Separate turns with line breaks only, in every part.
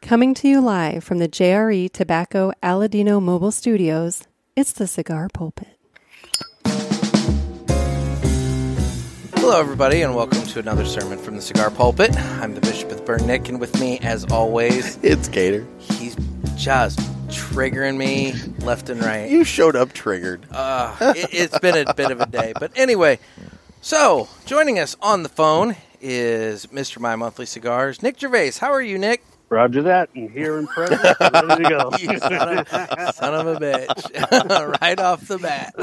Coming to you live from the JRE Tobacco Aladino Mobile Studios, it's the Cigar Pulpit.
Hello, everybody, and welcome to another sermon from the Cigar Pulpit. I'm the Bishop of Burn Nick, and with me, as always,
It's Gator.
he's just triggering me left and right.
You showed up triggered.
Uh, it, it's been a bit of a day, but anyway. So, joining us on the phone is Mr. My Monthly Cigars, Nick Gervais. How are you, Nick?
Roger that, and here in present, ready to go.
You son of, son of a bitch! right off the bat,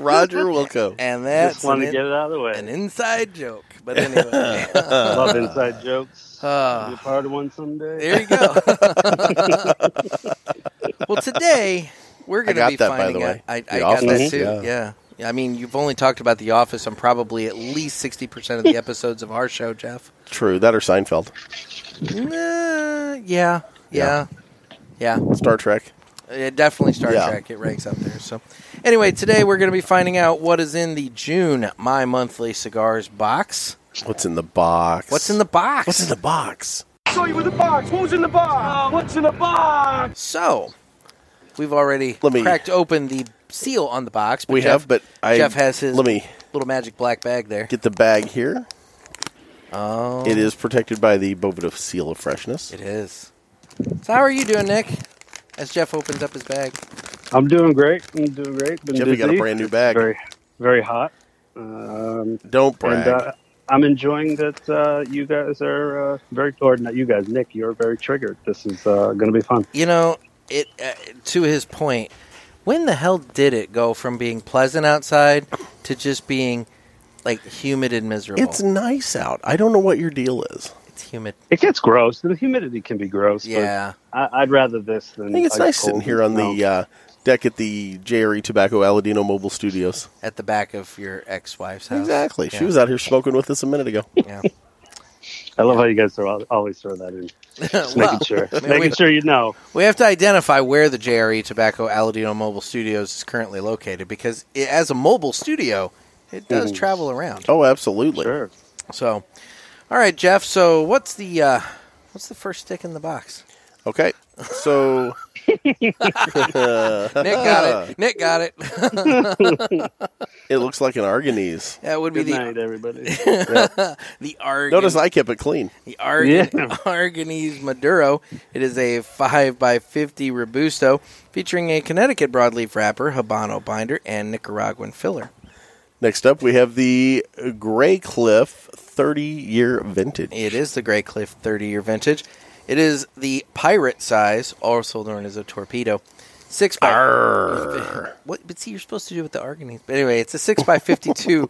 Roger Wilco.
and
Just
that's
wanted
an
to get it out of the
an
way.
inside joke. But anyway,
Love inside jokes.
Ah.
Be a part of one someday.
There you go. well, today we're going to
got
be
that, by
finding
the
out.
way.
I, I
The
got that
Office,
too.
yeah.
Yeah. yeah. I mean, you've only talked about The Office on probably at least sixty percent of the episodes of our show, Jeff.
True. That or Seinfeld.
Nah, Uh, yeah, yeah,
Yeah.
yeah.
Star Trek.
It definitely Star
Yeah.
Trek. It ranks up there. So, anyway, today we're going to be finding out what is in the June My Monthly Cigars box.
What's in the box?
What's in the box?
What's in the box?
saw you in the box. What was in the box? What's in the box?
So, we've already
Let me-
cracked open the seal on the box. but
We
Jeff-
have, but I
Jeff has his
Let me
little magic black bag there.
get the bag here.
Oh,
It is protected by the Bovita seal of freshness.
it is. So how are you doing, Nick? As Jeff opens up his bag.
I'm doing great. I'm doing great. Been
Jeff, you
busy.
got a brand new
It's
bag.
Very, very hot. Um,
Don't
and
brag.
uh, I'm enjoying that uh, you guys are uh, very, or not you guys, Nick. You're very triggered. This is uh, going to be fun.
You know, it uh, to his point. When the hell did it go from being pleasant outside to just being like humid and miserable?
it's nice out. I don't know what your deal is.
It's humid.
It gets gross. The humidity can be gross.
Yeah.
But I, I'd rather this than.
I think it's
ice
nice sitting
cold
here on
snow.
the uh, deck at the JRE Tobacco Aladino Mobile Studios.
At the back of your ex-wife's house.
Exactly.
Yeah.
She was out here smoking with us a minute ago.
Yeah.
uh,
I love how you guys are al- always throw that in. Just
Well,
making sure,
I mean,
making
we-
sure you know.
We have to identify where the JRE Tobacco Aladino Mobile Studios is currently located because it, as a mobile studio, it does
Mhm.
travel around.
Oh, absolutely.
Sure.
So, all right, Jeff. So, what's the uh, what's the first stick in the box?
Okay. So
Nick got it. Nick got it.
it looks like an Arganese.
that would be
Good
the
night, everybody.
the Argan,
Notice I kept it clean.
the Argan,
Yeah.
Arganese Maduro. It is a five x fifty robusto featuring a Connecticut broadleaf wrapper, Habano binder, and Nicaraguan filler.
Next up, we have the Gray Cliff 30 year vintage.
It is the Grey Cliff 30 year vintage. It is the pirate size, also known as a torpedo. Six by what? But see, you're supposed to do with the Argonauts. But anyway, it's a six by fifty-two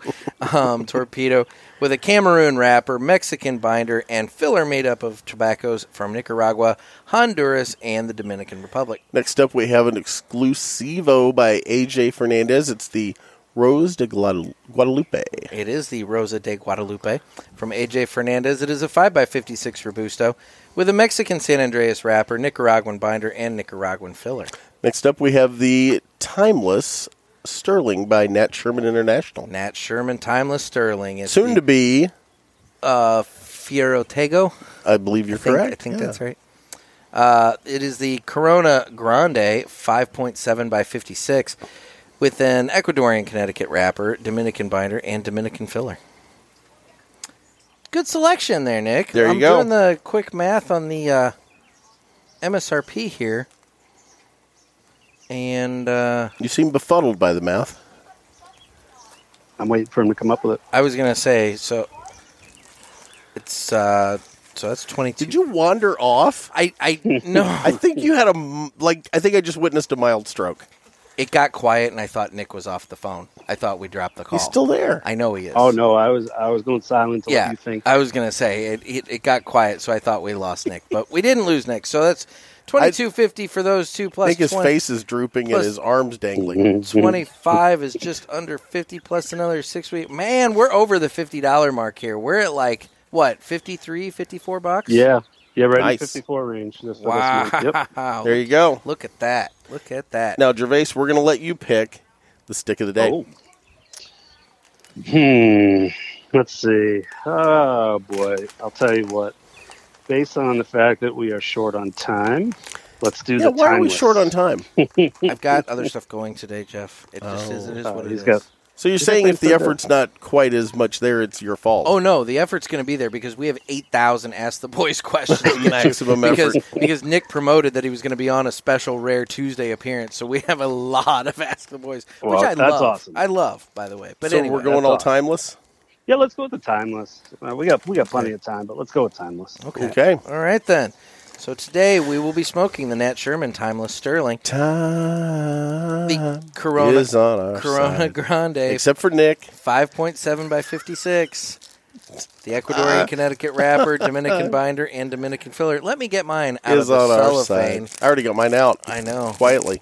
um, torpedo with a Cameroon wrapper, Mexican binder, and filler made up of tobaccos from Nicaragua, Honduras, and the Dominican Republic.
Next up, we have an Exclusivo by AJ Fernandez. It's the Rose de Guadalu- Guadalupe.
It is the Rosa de Guadalupe from AJ Fernandez. It is a 5x56 Robusto with a Mexican San Andreas wrapper, Nicaraguan binder, and Nicaraguan filler.
Next up, we have the Timeless Sterling by Nat Sherman International.
Nat Sherman, Timeless Sterling. Is
Soon to be,
uh, Fierotego.
I believe you're
I think,
correct.
I think
Yeah.
that's right. Uh, it is the Corona Grande 5.7 by 56 with an Ecuadorian Connecticut wrapper, Dominican binder, and Dominican filler. Good selection there, Nick.
There you
I'm
go.
doing the quick math on the uh, MSRP here. And uh,
You seem befuddled by the mouth.
I'm waiting for him to come up with it.
I was going to say, so it's uh, so that's 22.
Did you wander off?
I, I no.
I think you had a m- like. I think I just witnessed a mild stroke.
It got quiet, and I thought Nick was off the phone. I thought we dropped the call.
He's still there.
I know he is.
Oh no, I was I was going silent to
Yeah,
let you think.
I was gonna say it, it. It got quiet, so I thought we lost Nick, but we didn't lose Nick. So that's twenty two fifty for those two
I
plus.
think his
20
face is drooping and
plus-
his arms dangling.
Mm-hmm.
twenty five is just under fifty plus another six week. Man, we're over the fifty dollar mark here. We're at like what 53, 54 bucks.
Yeah, yeah, right
Nice.
in 54 range. This
Wow.
This week. Yep.
There you go.
Look at that. Look at that.
Now, Gervais, we're going to let you pick the stick of the day.
Oh. Hmm. Let's see. Oh boy, I'll tell you what. based on the fact that we are short on time, let's do
Yeah,
the
why are we
timeless.
short on time?
I've got other stuff going today, Jeff. It just
Oh.
is, it is
Oh,
what it
he's
is.
got-
So you're
Did
saying
I
if the
think so?
effort's not quite as much there, it's your fault?
Oh no, the effort's going to be there because we have eight thousand Ask the Boys questions tonight.
Six of 'em
because
effort.
because Nick promoted that he was going to be on a special rare Tuesday appearance, so we have a lot of Ask the Boys, which
Well,
I
that's
love.
awesome.
I love, by the way. But
so
anyway,
we're going
that's
all
all.
timeless.
Yeah, let's go with the timeless. Uh, we got we got plenty of time, but let's go with timeless.
okay.
Okay.
All right then. So today we will be smoking the Nat Sherman Timeless Sterling,
Time
the Corona
is on our
Corona
side.
Grande,
except for Nick.
five point seven by fifty six. The
Uh.
Ecuadorian Connecticut wrapper, Dominican binder, and Dominican filler. Let me get mine out of
Is
the
on our
cellophane.
side. I already got mine out
I know.
quietly.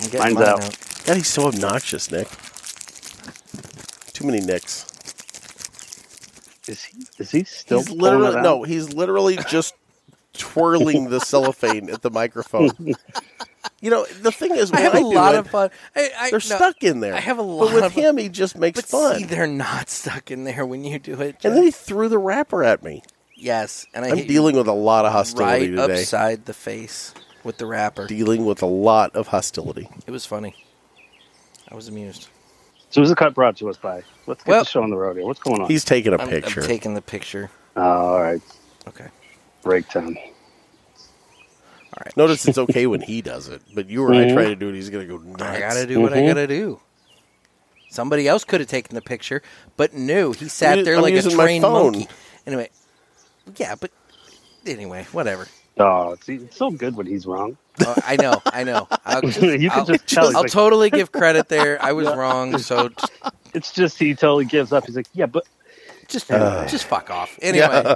I'm getting
Mine's
mine
out.
out.
God, he's so obnoxious, Nick. Too many Nicks.
Is he is he still
he's
pulling it
literally
out?
no. He's literally just twirling the cellophane at the microphone. You know the thing is,
I
when
have a
do
lot
it,
of fun. I, I, no,
They're stuck in there.
I have a
But
lot
with
of-
him, he just makes
But
fun.
see, they're not stuck in there when you do it.
and
Jeff.
then he threw the wrapper at me.
yes, and I
I'm
hit you
dealing with a lot of
right
hostility today.
upside the face with the wrapper.
Dealing with a lot of hostility.
It was funny. I was amused.
So who's the cut brought to us by? Let's get
Well-
the show on the road here. What's going on?
He's taking a
I'm, I'm
picture.
taking the picture.
Oh, all right,
Okay.
break time.
Notice it's okay when he does it, but you or
Mm-hmm.
I try to do it, he's gonna go nuts.
I gotta do what I
Mhm.
gotta do. Somebody else could have taken the picture, but no, he
u-
sat there
I'm
like a
using my
trained
phone.
monkey. Anyway, yeah, but anyway, whatever.
Oh, see, it's so good when he's wrong.
Oh, I know, I know. I'll just,
You can
I'll,
just tell he's
I'll
like-
totally give credit there. I was wrong, so j-
It's just he totally gives up. He's like, yeah, but
just just fuck off. Anyway.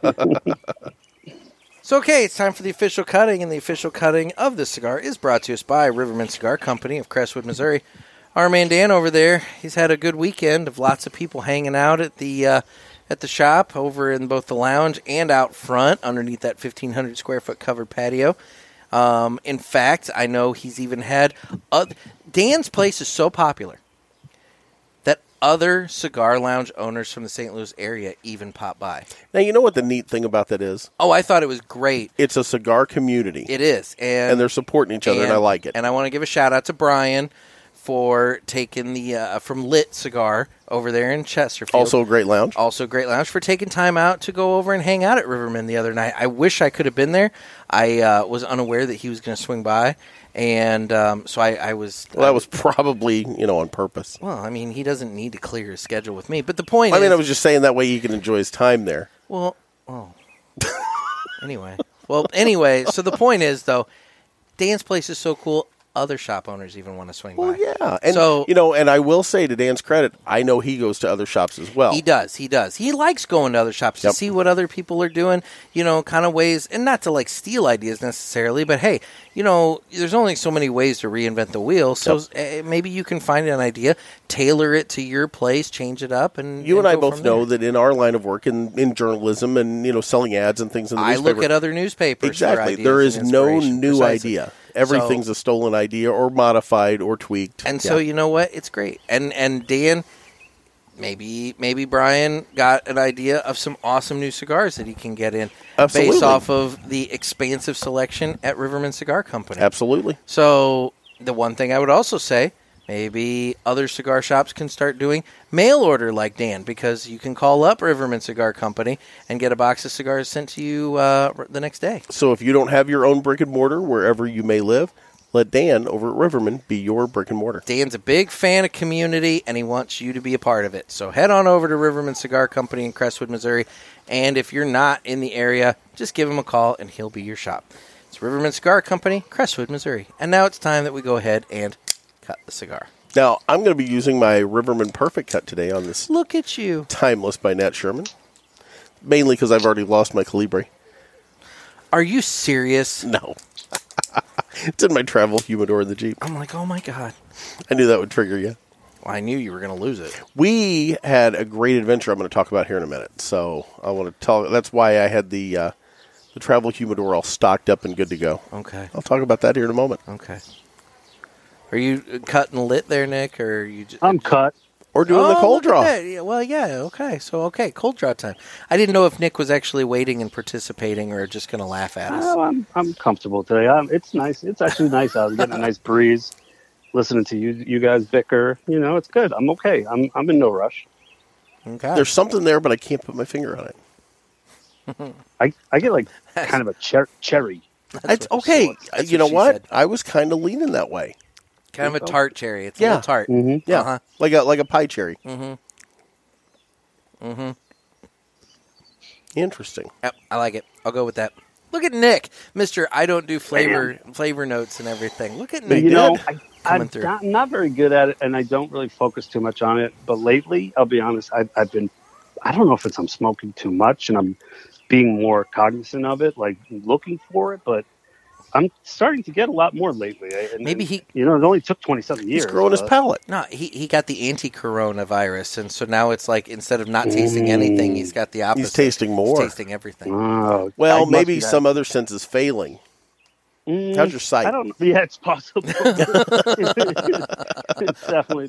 so okay, it's time for the official cutting, and the official cutting of this cigar is brought to us by Riverman Cigar Company of Crestwood, Missouri. Our man Dan over there, he's had a good weekend of lots of people hanging out at the uh, at the shop, over in both the lounge and out front, underneath that fifteen hundred square foot covered patio. Um, in fact, I know he's even had uh, Dan's place is so popular that other cigar lounge owners from the St. Louis area even pop by.
Now you know what the neat thing about that is?
Oh, I thought it was great.
It's a cigar community.
It is, and
and they're supporting each other and, I like it.
And I want to give a shout out to Brian for taking the uh, from Lit Cigar over there in Chesterfield.
also a great lounge.
also great lounge for taking time out to go over and hang out at Riverman the other night. I wish I could have been there. I uh, was unaware that he was going to swing by, and um, so I, I was.
Well that was probably, you know, on purpose.
well, I mean, he doesn't need to clear his schedule with me, but the point
I mean
is,
I was just saying that way he can enjoy his time there.
Well, oh. anyway, well, anyway. So the point is, though, Dan's place is so cool. Other shop owners even want to swing
Well
by.
yeah. And
So-
you know, and I will say to Dan's credit, I know he goes to other shops as well.
He does. He does. He likes going to other shops
Yep.
to see what other people are doing, you know, kind of ways, and not to like steal ideas necessarily, but hey, you know, there's only so many ways to reinvent the wheel. So eh, maybe you can find an idea, tailor it to your place, change it up, and
You and I
go
both
from there.
know that in our line of work in, in journalism and you know selling ads and things in the
I
newspaper,
look at other newspapers. for
Exactly.
ideas
There
and
is no
inspiration.
new
Precisely.
idea. Everything's a stolen idea or modified or tweaked.
And so
Yeah.
you know what? It's great. And and Dan, maybe maybe Brian got an idea of some awesome new cigars that he can get in
Absolutely.
based off of the expansive selection at Riverman Cigar Company.
absolutely.
So the one thing I would also say, maybe other cigar shops can start doing mail order like Dan, because you can call up Riverman Cigar Company and get a box of cigars sent to you uh, r- the next day.
So if you don't have your own brick and mortar wherever you may live, let Dan over at Riverman be your brick and mortar.
Dan's a big fan of community and he wants you to be a part of it. So head on over to Riverman Cigar Company in Crestwood, Missouri. And if you're not in the area, just give him a call and he'll be your shop. It's Riverman Cigar Company, Crestwood, Missouri. And now it's time that we go ahead and cut the cigar.
Now I'm going to be using my Riverman Perfect Cut today on this
Look at you.
Timeless by Nat Sherman, mainly because I've already lost my Calibre.
Are you serious?
No, it's in my travel humidor in the Jeep.
I'm like, oh my God.
I knew that would trigger you.
Well, I knew you were going to lose it.
we had a great adventure I'm going to talk about here in a minute. So I want to tell. That's why I had the uh, the travel humidor all stocked up and good to go.
Okay.
I'll talk about that here in a moment.
uh, Okay. Are you cutting lit there, Nick? Or are you just.
I'm cut.
or doing the
Oh, look
cold
at
draw.
that. Yeah, well, yeah, okay. So, okay, cold draw time. I didn't know if Nick was actually waiting and participating or just going to laugh at us.
Oh, I'm I'm comfortable today. Um, it's nice. It's actually nice out. I'm getting a nice breeze, listening to you you guys bicker. You know, it's good. I'm okay. I'm I'm in no rush.
Okay.
There's something there, but I can't put my finger on it.
I I get like kind of a cher- cherry.
It's okay.
That's what
you know
she
what?
said.
I was kind of leaning that way.
Kind of a tart cherry. It's a
Yeah. Mm-hmm.
little tart.
Mhm.
Yeah,
Uh-huh.
like a like a pie cherry. Mm-hmm. Mm-hmm. Interesting.
Yep, I like it. I'll go with that. Look at Nick, Mister. I don't do flavor flavor notes and everything. Look at
They
Nick.
you
did.
know, I,
Coming
I'm
through.
not, not very good at it, and I don't really focus too much on it. But lately, I'll be honest, I've, I've been, I don't know if it's I'm smoking too much and I'm being more cognizant of it, like looking for it, but I'm starting to get a lot more lately. I- and-
Maybe he-
you know, it only took 27 years.
He's growing his
but-
palate.
No, he, he got the anti-coronavirus, and so now it's like instead of not tasting anything, he's got the opposite.
Mm. He's tasting more. Mm.
tasting everything.
Oh, I
well,
must
maybe
be that-
some other sense is failing.
Mm,
How's your sight?
I don't. Yeah, it's possible. it's definitely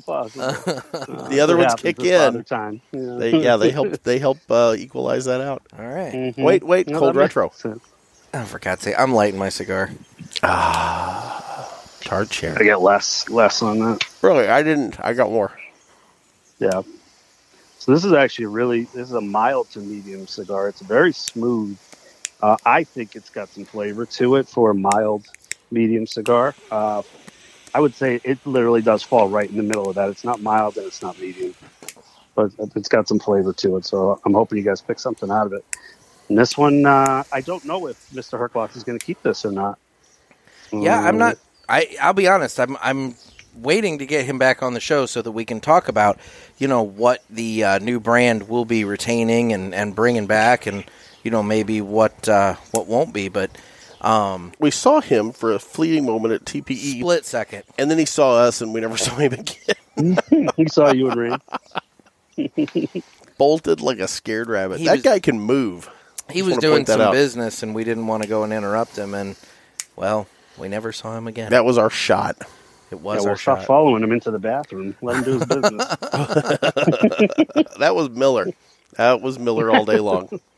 possible. Uh,
The other
it
ones
happens
kick
with Father
in.
Time. Yeah.
They, yeah, they help. They help uh, equalize that out.
All right.
Mhm.
Wait, wait,
No,
cold
that makes
retro.
sense.
Oh, for God's sake, I'm lighting my cigar.
Tart
I
cherry.
get less less on that.
Really, I didn't. I got more.
Yeah. So this is actually really this is a mild to medium cigar. It's very smooth. Uh, I think it's got some flavor to it for a mild medium cigar. Uh, I would say it literally does fall right in the middle of that. It's not mild and it's not medium, but it's got some flavor to it. So I'm hoping you guys pick something out of it. And this one, uh, I don't know if Mr. Herklock is going to keep this or not.
Yeah, I'm
Mm,
not. I I'll be honest. I'm I'm waiting to get him back on the show so that we can talk about you know what the uh, new brand will be retaining and and bringing back, and you know maybe what uh, what won't be, but um,
We saw him for a fleeting moment at TPE,
split second.
and then he saw us, and we never saw him again.
He saw you and Rand.
Bolted like a scared rabbit.
He
that
was-
guy can move.
He
Just
was
wanna
doing
point that
some
out.
business, and we didn't want to go and interrupt him, and well, we never saw him again.
That was our shot.
it
Yeah,
was
well,
our
stop
shot.
following him into the bathroom. Let him do his business.
That was Miller. That was Miller all day long.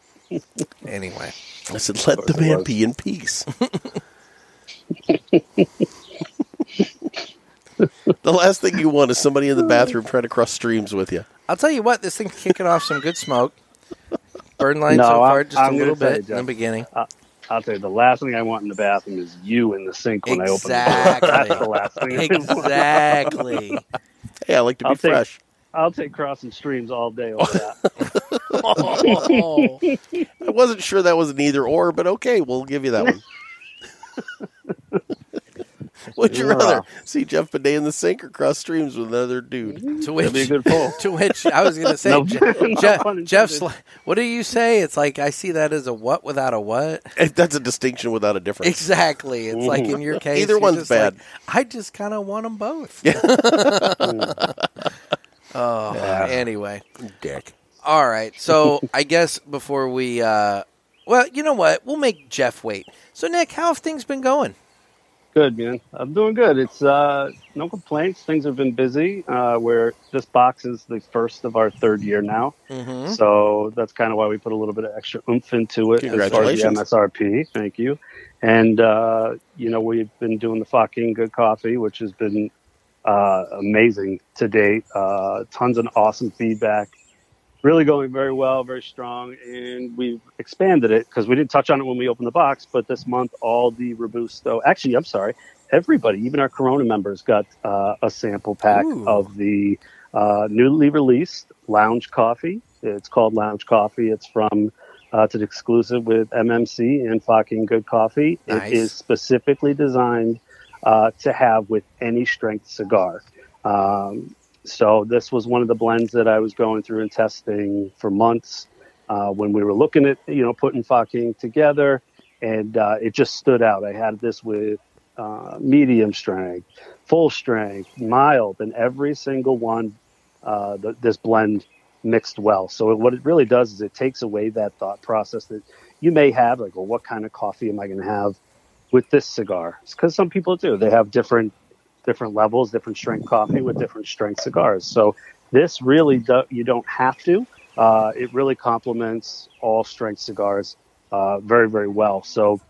Anyway,
I said, "Let the
course it
man
was.
be in peace." the last thing you want is somebody in the bathroom trying to cross streams with you.
I'll tell you what. This thing's kicking off some good smoke. Burn line
No,
so
I'm-
far, just
I'm
a
gonna
little
tell
bit
you,
in the
Jeff.
beginning.
I'll tell you, the last thing I want in the bathroom is you in the sink when
Exactly.
I open the door. That's the last thing. I want.
Exactly.
Hey, I like to be
I'll take-
fresh.
I'll take crossing streams all day over that.
Oh.
I wasn't sure that was an either or, but okay, we'll give you that one. Would you
Yeah.
rather see Jeff Bidet in the sink or cross streams with another dude?
to
It'll be a
which,
good pull.
to which I was going to say,
No-
Je-
no
Jeff,
pun
Jeff's
intended.
like, what do you say? It's like I see that as a what without a what.
Eh, That's a distinction without a difference.
Exactly. It's like in your case,
Either
you're
one's
just like,
bad.
I just kind of want them both.
Mm.
oh, anyway,
Dick.
all right. So I guess before we, uh, well, you know what? We'll make Jeff wait. So Nick, how have things been going?
Good man, I'm doing good. It's uh, no complaints. Things have been busy. Uh, where this box is the first of our third year now,
Mm-hmm.
so that's kind of why we put a little bit of extra oomph into it. as far as the
Congratulations.
MSRP. Thank you. And, uh, you know, we've been doing the fucking good coffee, which has been uh, amazing to date. Uh, tons of awesome feedback. Really going very well, very strong. And we've expanded it because we didn't touch on it when we opened the box, but this month, all the Robusto, actually, I'm sorry, everybody, even our Corona members, got uh, a sample pack
Ooh.
of the uh, newly released Lounge Coffee. It's called Lounge Coffee. It's from uh, it's an exclusive with MMC and fucking good coffee.
Nice.
It is specifically designed uh, to have with any strength cigar. Um, so this was one of the blends that I was going through and testing for months uh, when we were looking at you know putting fucking together, and uh, it just stood out. I had this with uh, medium strength, full strength, mild, and every single one uh, th- this blend mixed well. So what it really does is it takes away that thought process that you may have, like, well, what kind of coffee am I going to have with this cigar? Because some people do. They have different different levels, different strength coffee with different strength cigars. So This really do, you don't have to. Uh, it really complements all strength cigars uh, very very well. So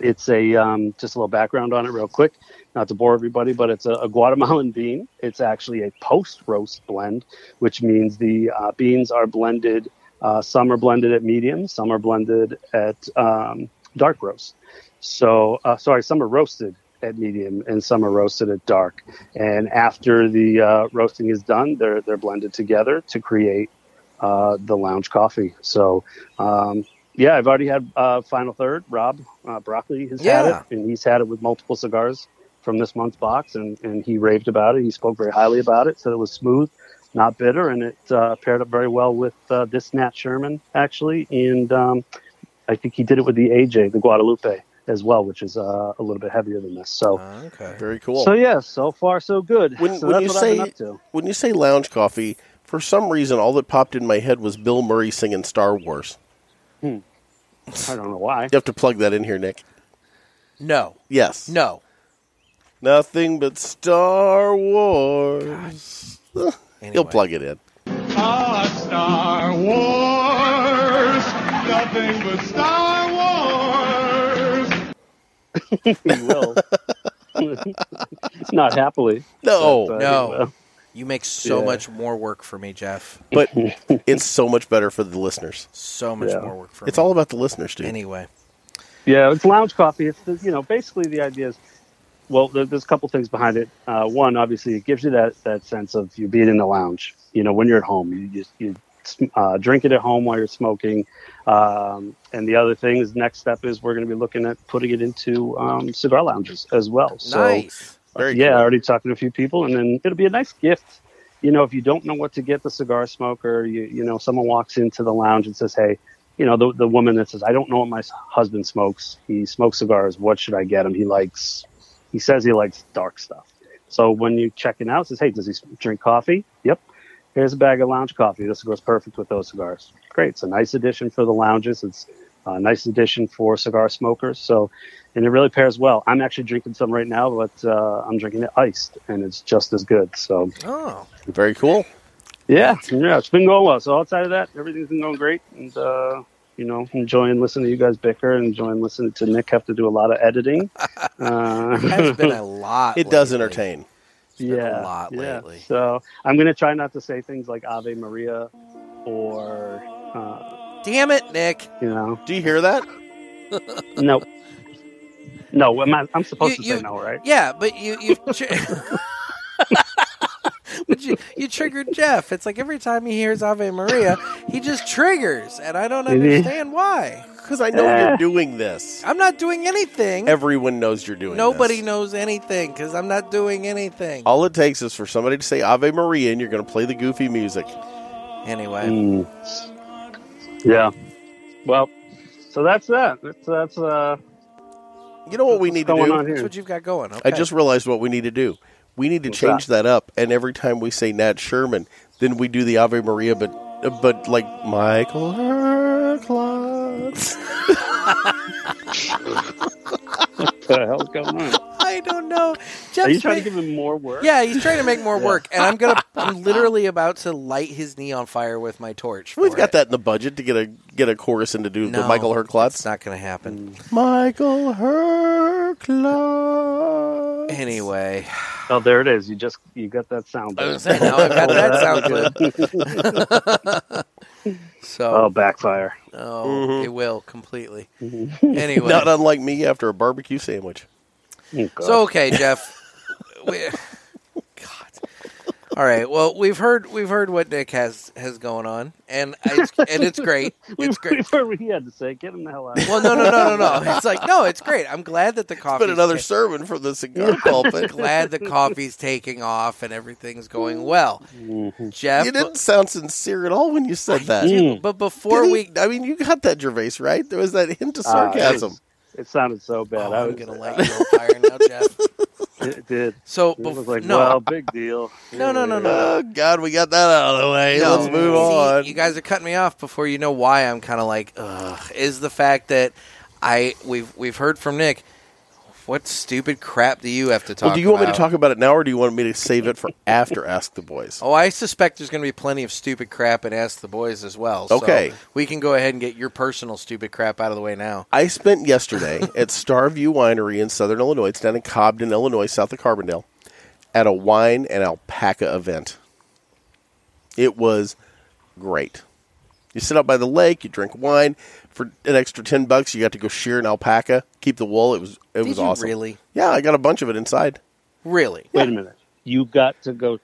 it's a um, just a little background on it real quick, not to bore everybody, but it's a, a Guatemalan bean. It's actually a post roast blend, which means the uh, beans are blended. Uh, some are blended at medium, some are blended at um, dark roast. So uh, sorry, some are roasted at medium and some are roasted at dark. And after the uh, roasting is done, they're they're blended together to create uh, the lounge coffee. So um, yeah, I've already had uh, final third. Rob uh, Broccoli has
Yeah.
had it, and he's had it with multiple cigars from this month's box, and and he raved about it. He spoke very highly about it. Said it was smooth. Not bitter, and it uh, paired up very well with uh, this Nat Sherman actually, and um, I think he did it with the AJ, the Guadalupe as well, which is uh, a little bit heavier than this. So,
Okay.
Very Uh, cool.
so yeah, so far so good.
When-
so
when
that's
you
what
say-
I've been up to.
when you say lounge coffee, for some reason, all that popped in my head was Bill Murray singing Star Wars.
I don't know why.
You have to plug that in here, Nick.
No.
Yes.
No.
Nothing but Star Wars. He'll
Anyway.
plug it in.
Ah, Star Wars. Nothing but Star Wars.
He will. Not happily.
No,
but, uh,
No.
he will.
You make so
Yeah.
much more work for me, Jeff.
but it's so much better for the listeners.
So much
Yeah.
more work for
It's
me.
all about the listeners, dude.
anyway.
Yeah, it's lounge coffee. It's the, you know basically the idea is well, there, there's a couple things behind it. Uh, one, obviously, it gives you that that sense of you being in the lounge. You know, when you're at home, you just you sm- uh, drink it at home while you're smoking. Um, and the other thing is, next step is we're going to be looking at putting it into um, cigar lounges as well. So
nice.
Very
yeah, I
cool.
already talked to a few people, and then it'll be a nice gift. You know, if you don't know what to get the cigar smoker, you you know, someone walks into the lounge and says, "Hey, you know, the the woman that says, I don't know what my s- husband smokes. He smokes cigars. What should I get him? He likes, he says he likes dark stuff." So when you check it out, it says, "Hey, does he s- drink coffee?" Yep. Here's a bag of lounge coffee. This goes perfect with those cigars. Great. It's a nice addition for the lounges. It's a nice addition for cigar smokers. So and it really pairs well. I'm actually drinking some right now, but uh, I'm drinking it iced, and it's just as good. So
Oh.
Very cool.
yeah, yeah, it's been going well. So outside of that, everything's been going great, and uh, you know, enjoying listening to you guys bicker, enjoying listening to Nick have to do a lot of editing.
It
Uh,
has been a lot.
It does
lately.
entertain.
been a
yeah,
lot
yeah.
lately.
So I'm gonna try not to say things like Ave Maria or uh,
Damn it, Nick.
you know,
Do you hear that?
no. No, am I, I'm
You-
supposed to say
you-
no, right?
Yeah, but you you tri- But you, you triggered Jeff. It's like every time he hears Ave Maria, he just triggers, and I don't
Did he?
understand why.
Because I know
Eh.
you're doing this.
I'm not doing anything.
Everyone knows you're doing
Nobody
this.
knows anything because I'm not doing anything.
All it takes is for somebody to say Ave Maria and you're going to play the goofy music.
Anyway,
Mm. Yeah. Well, so that's that. That's that's uh
You know what we need to
going
do?
on
that's
here.
what you've got going. Okay.
I just realized what we need to do. We need to
What's
change that? up, and every time we say Nat Sherman, then we do the Ave Maria, but uh, but like Michael Herklotz.
What the hell's going on?
I don't know. Jeff's
Are you trying to
ma-
give him more work?
yeah, he's trying to make more work, and I'm gonna. I'm literally about to light his knee on fire with my torch.
We've
for
got
it.
that in the budget to get a get a chorus in to do the
No,
Michael
It's
Herklotz.
not gonna happen.
Michael Herklotz.
Mm. Anyway,
Oh, there it is. You just you got that sound.
I was saying, now I've got that sound clip.
Oh,
so,
backfire.
oh, it will completely. Anyway,
Mm-hmm. Not unlike me after a barbecue sandwich.
Oh, God.
So okay, Jeff. we, God. All right. Well, we've heard we've heard what Nick has has going on, and it's, and it's great.
we,
It's great.
what he had to say. Get him the hell out.
Well, no, no, no, no, no. It's like no, it's great. I'm glad that the
It's
coffee.
been another sermon from the cigar pulpit.
glad the coffee's taking off and everything's going well,
Mm-hmm.
Jeff.
You didn't sound sincere at all when you said that.
Hmm.
but- But Mm. before
Did he-
we,
I mean, you got that Gervais right. There was that hint of
Ah, it
sarcasm.
was- It sounded so
oh,
bad. I
I'm
was, uh,
gonna light you on fire now, Jeff.
It did.
So,
It was
before
like,
no,
well, big deal.
No, no, no, no.
oh God, we got that out of the way.
No.
Let's move
See,
on.
You guys are cutting me off before you know why I'm kind of like, ugh, is the fact that I we've we've heard from Nick. What stupid crap do you have to talk?
Well, do you want me to
about?
talk about it now, or do you want me to save it for after Ask the Boys?
Oh, I suspect there's going to be plenty of stupid crap and ask the boys as well. so
Okay.
we can go ahead and get your personal stupid crap out of the way now.
I spent yesterday at Starview Winery in Southern Illinois. It's down in Cobden, Illinois, south of Carbondale, at a wine and alpaca event. It was great. You sit out by the lake, you drink wine for an extra ten bucks. You got to go shear an alpaca, keep the wool. It was it
Did
was
you
awesome.
really?
Yeah, I got a bunch of it inside.
Really,
Wait a minute. You got to go.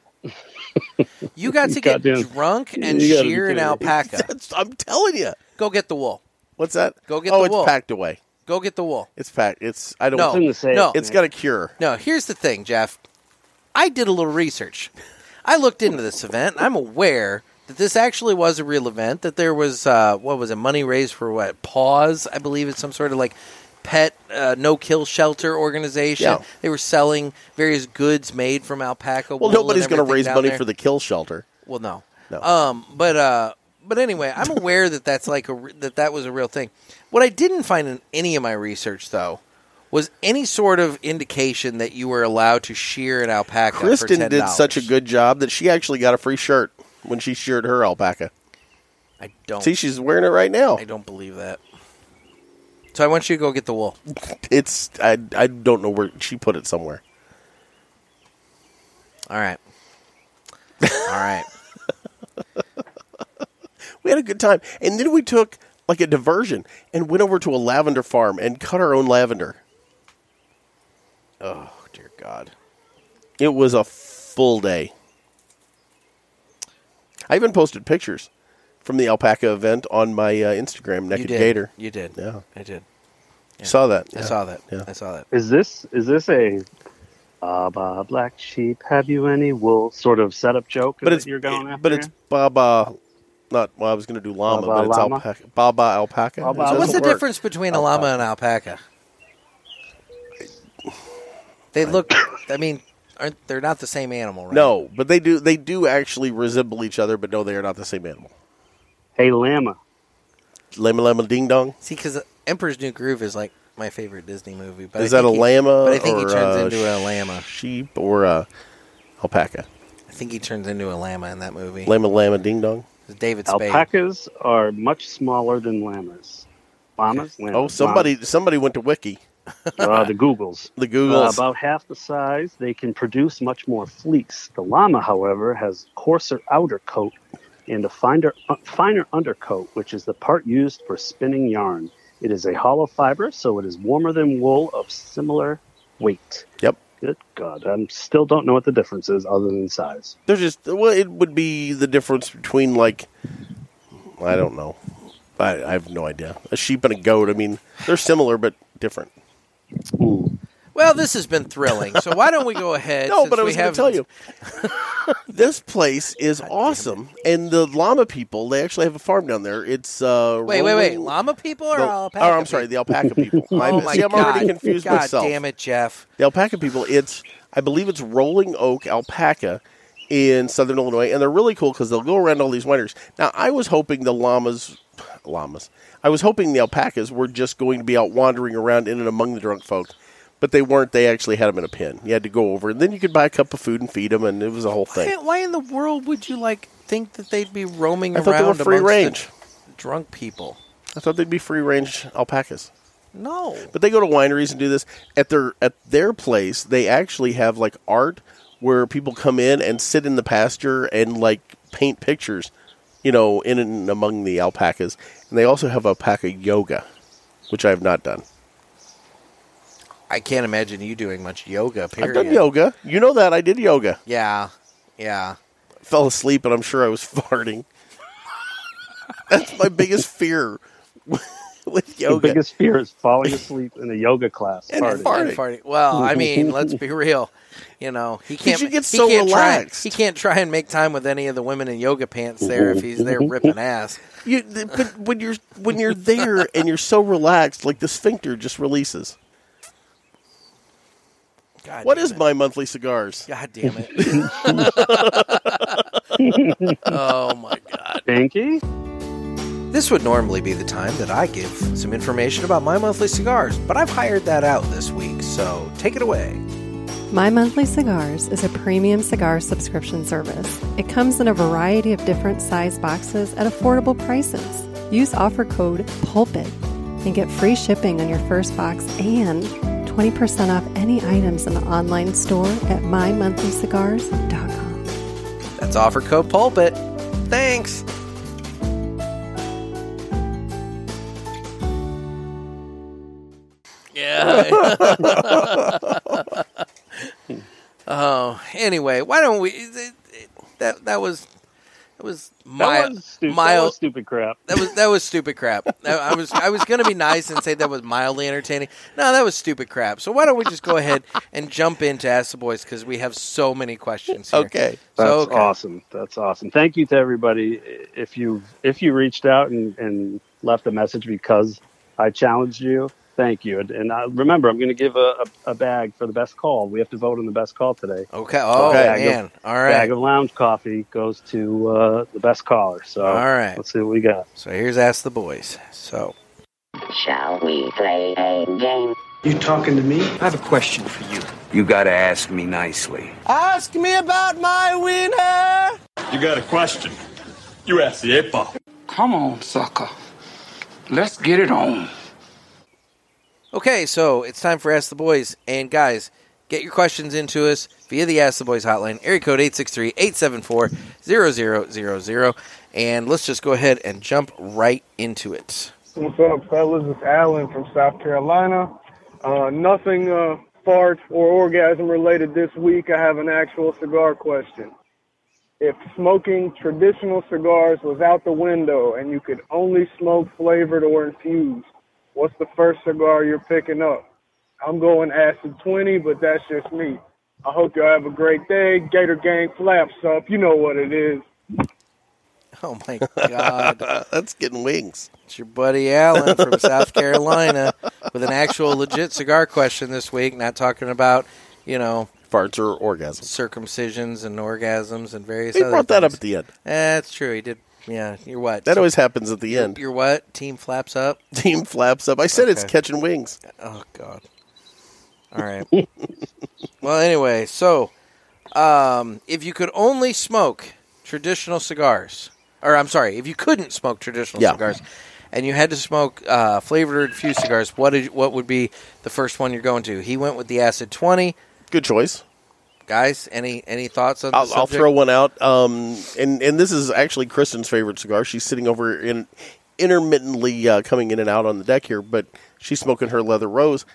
you got to get
Goddamn.
drunk and
You gotta be
shear an
kidding me.
alpaca.
That's- I'm telling you.
Go get the wool.
What's that?
Go get
oh,
the
it's
wool.
packed away.
Go get the wool.
It's packed. It's I don't.
No,
gonna say,
no,
It's got a cure.
no. Here's the thing, Jeff. I did a little research. I looked into this event. I'm aware that this actually was a real event. That there was uh, what was it? Money raised for what? Paws, I believe it's some sort of like pet uh, no kill shelter organization.
Yeah.
They were selling various goods made from alpaca.
Well, nobody's
going to
raise money
there.
for the kill shelter.
Well, no.
No.
Um, but uh, but anyway, I'm aware that that's like a re- that that was a real thing. What I didn't find in any of my research though was any sort of indication that you were allowed to shear an alpaca. for
Kristen did
$10.
such a good job that she actually got a free shirt when she sheared her alpaca.
I don't.
See, she's wearing it right now.
I don't believe that. So I want you to go get the wool.
It's I, I don't know where she put it somewhere.
All right. All right.
We had a good time, and then we took like a diversion and went over to a lavender farm and cut our own lavender.
Oh dear God.
It was a full day. I even posted pictures from the alpaca event on my uh, Instagram,
you
Naked
did.
Gator.
You did.
Yeah.
I did.
Saw that.
I
Yeah.
saw that.
Yeah.
I saw that.
Is this is this a Baba Black Sheep? Have you any wool? Sort of setup joke.
But
that
it's
you're going
it-
after.
but it's Baba. Not well. I was going to do llama,
Baba
but it's
llama?
alpaca. Baba alpaca. It
Baba alpaca.
doesn't
Uh, What's the
work. Oh,
difference between a llama and alpaca? They look. I mean, aren't they're not the same animal, right?
No, but they do. They do actually resemble each other, but no, they are not the same animal.
hey llama.
Llama, llama, ding dong.
See, because Emperor's New Groove is like my favorite Disney movie. But
Is
I
that a
think he-
llama?
But I think he
or
turns
a
into a llama.
Sheep or a alpaca?
I think he turns into a llama in that movie.
Llama, llama, ding dong.
It's David Spade.
Alpacas are much smaller than llamas. Llamas. llamas
Oh, somebody somebody went to Wiki.
llamas. Uh, the Googles.
The
Uh,
Googles.
about half the size, they can produce much more fleece. The llama, however, has coarser outer coat and a finer, uh, finer undercoat, which is the part used for spinning yarn. It is a hollow fiber, so it is warmer than wool of similar weight.
Yep.
Good God, I still don't know what the difference is other than size.
There's just well, it would be the difference between like I don't know. I, I have no idea. A sheep and a goat. I mean, they're similar but different.
Well, this has been thrilling. So why don't we go ahead?
No,
since
but I
we
was going
have-
to tell you. this place is awesome, and the llama people—they actually have a farm down there. It's uh,
Wait, wait, wait.
Rolling-
Llama people or
the-
alpaca?
Oh, I'm sorry, the
people?
alpaca people. My
Oh
bad.
my
See, I'm
god!
already confused
god
myself.
damn it, Jeff!
The alpaca people. It's I believe it's Rolling Oak Alpaca in Southern Illinois, and they're really cool because they'll go around all these wineries. Now, I was hoping the llamas, llamas. I was hoping the alpacas were just going to be out wandering around in and among the drunk folk, but they weren't. They actually had them in a pen. You had to go over, and then you could buy a cup of food and feed them, and it was a whole
Why,
thing.
why in the world would you like think that they'd be roaming
I
around
thought they were free
amongst the
range.
drunk people?
I thought they'd be free range alpacas.
No.
But they go to wineries and do this at their at their place. They actually have like art where people come in and sit in the pasture and like paint pictures, you know, in and among the alpacas. And they also have alpaca yoga, which I have not done.
I can't imagine you doing much yoga. Period.
I've done yoga. You know that I did yoga.
Yeah, yeah.
Fell asleep and I'm sure I was farting. That's my biggest fear with yoga.
The biggest fear is falling asleep in a yoga class.
And
Farting.
fart-
And farting. Well, I mean, let's be real. You know, he can't.
you get
he
so
can't try-
relaxed.
he can't try and make time with any of the women in yoga pants there if he's there ripping ass.
You, th- but when you're when you're there and you're so relaxed, like the sphincter just releases.
God
What
damn
is
it.
my monthly cigars?
God damn it! oh my god.
Binky?
This would normally be the time that I give some information about my monthly cigars, but I've hired that out this week, so take it away.
My Monthly Cigars is a premium cigar subscription service. It comes in a variety of different size boxes at affordable prices. Use offer code PULPIT and get free shipping on your first box and 20% off any items in the online store at mymonthlycigars.com.
That's offer code pulpit. Thanks. Yeah. oh, anyway, why don't we? it- it- That that was that was
That
mild.
was stupid. That was
mild.
stupid crap.
That was that was stupid crap. I, I was I was gonna be nice and say that was mildly entertaining. No, that was stupid crap. So why don't we just go ahead and jump into Ask the Boys because we have so many questions. Here.
Okay.
So,
That's
okay.
awesome. That's awesome. Thank you to everybody. If you if you reached out and, and left a message because I challenged you, thank you. And, and I, remember, I'm going to give a, a, a bag for the best call. We have to vote on the best call today.
Okay. Oh
Okay.
man. All
Bag
right.
of lounge coffee goes to uh, the best caller. So
All right.
let's see what we got.
So here's Ask the Boys. So
Shall we play a game?
You talking to me?
I have a question for you.
You gotta ask me nicely.
ask me about my winner.
You got a question. You ask the eight ball.
Come on, sucker. Let's get it on.
Okay, so it's time for Ask the Boys. And guys, get your questions into us via the Ask the Boys hotline, area code 863-874-0000. And let's just go ahead and jump right into it.
What's up, fellas? It's Alan from South Carolina. Uh, nothing uh, fart or orgasm related this week. I have an actual cigar question. If smoking traditional cigars was out the window and you could only smoke flavored or infused, what's the first cigar you're picking up? I'm going acid 20, but that's just me. I hope y'all have a great day. Gator Gang flaps up. You know what it is.
Oh my god.
Uh, that's getting wings.
It's your buddy Alan from South Carolina with an actual legit cigar question this week, not talking about, you know,
Farts or orgasms.
circumcisions and orgasms and various
He
other
brought that up
things.
at the end.
Eh, That's true. He did. Yeah, you're what?
That always happens at the end.
You're what? Team flaps up?
Team flaps up. I said it's
Okay.
catching wings.
Oh God. All right. well, anyway, so um, if you could only smoke traditional cigars, or I'm sorry, if you couldn't smoke traditional
Yeah.
cigars, and you had to smoke uh, flavored or infused cigars, what did, what would be the first one you're going to? He went with the acid twenty.
Good choice.
Guys, any any thoughts on?
I'll,
the
I'll
subject?
throw one out. Um, and and this is actually Kristen's favorite cigar. She's sitting over in intermittently uh, coming in and out on the deck here, but she's smoking her leather rose.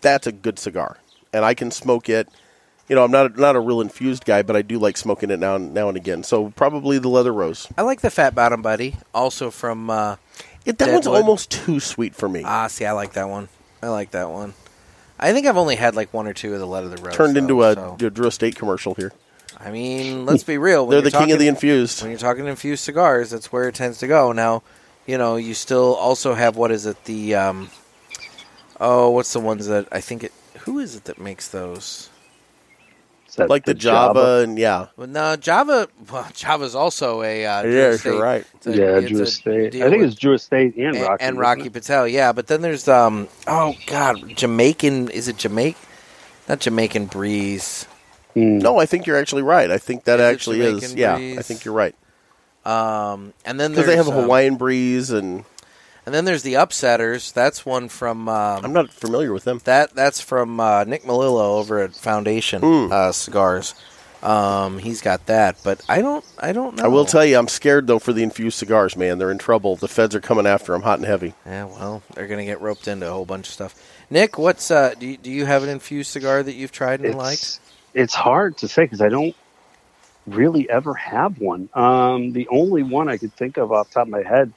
That's a good cigar, and I can smoke it. You know, I'm not not a real infused guy, but I do like smoking it now and now and again. So probably the leather rose.
I like the fat bottom buddy, also from. Uh,
It, that one's
Deadwood.
almost too sweet for me.
ah, see, I like that one. I like that one. I think I've only had like one or two of the lead of the road.
Turned into a
so-
a Drew Estate commercial here.
I mean, let's be real. When
They're
you're
the king of the
talking-
infused.
When you're talking infused cigars, that's where it tends to go. Now, you know, you still also have what is it? The um, oh, what's the ones that I think it? Who is it that makes those?
Is that
Like the, Java, and yeah,
Well, no, Java. Well, Java's also a uh, Drew
Yeah, you're
Estate.
right.
It's a-
Yeah,
it's
Drew
a
Estate.
deal
I think
with-
it's Drew Estate and
and-
Rocky.
and
wasn't
Rocky Patel. Yeah, but then there's um, oh god, Jamaican. Is it Jamaica? Not Jamaican breeze.
it? Mm.
No, I think you're actually right. I think that
Is it
actually is.
Jamaican
Yeah,
breeze?
I think you're right
Um, and then
because they have a
there's, um,
Hawaiian breeze, and
and then there's the Upsetters. That's one from. Um,
I'm not familiar with them.
That that's from uh, Nick Melillo over at Foundation
Mm.
uh, Cigars. Um, he's got that, but I don't. I don't know.
I will tell you, I'm scared though for the infused cigars, man. They're in trouble. The feds are coming after them, hot and heavy.
Yeah, well, they're gonna get roped into a whole bunch of stuff. Nick, what's uh? Do you, do you have an infused cigar that you've tried and liked?
it's, it's hard to say because I don't really ever have one. Um, the only one I could think of off the top of my head,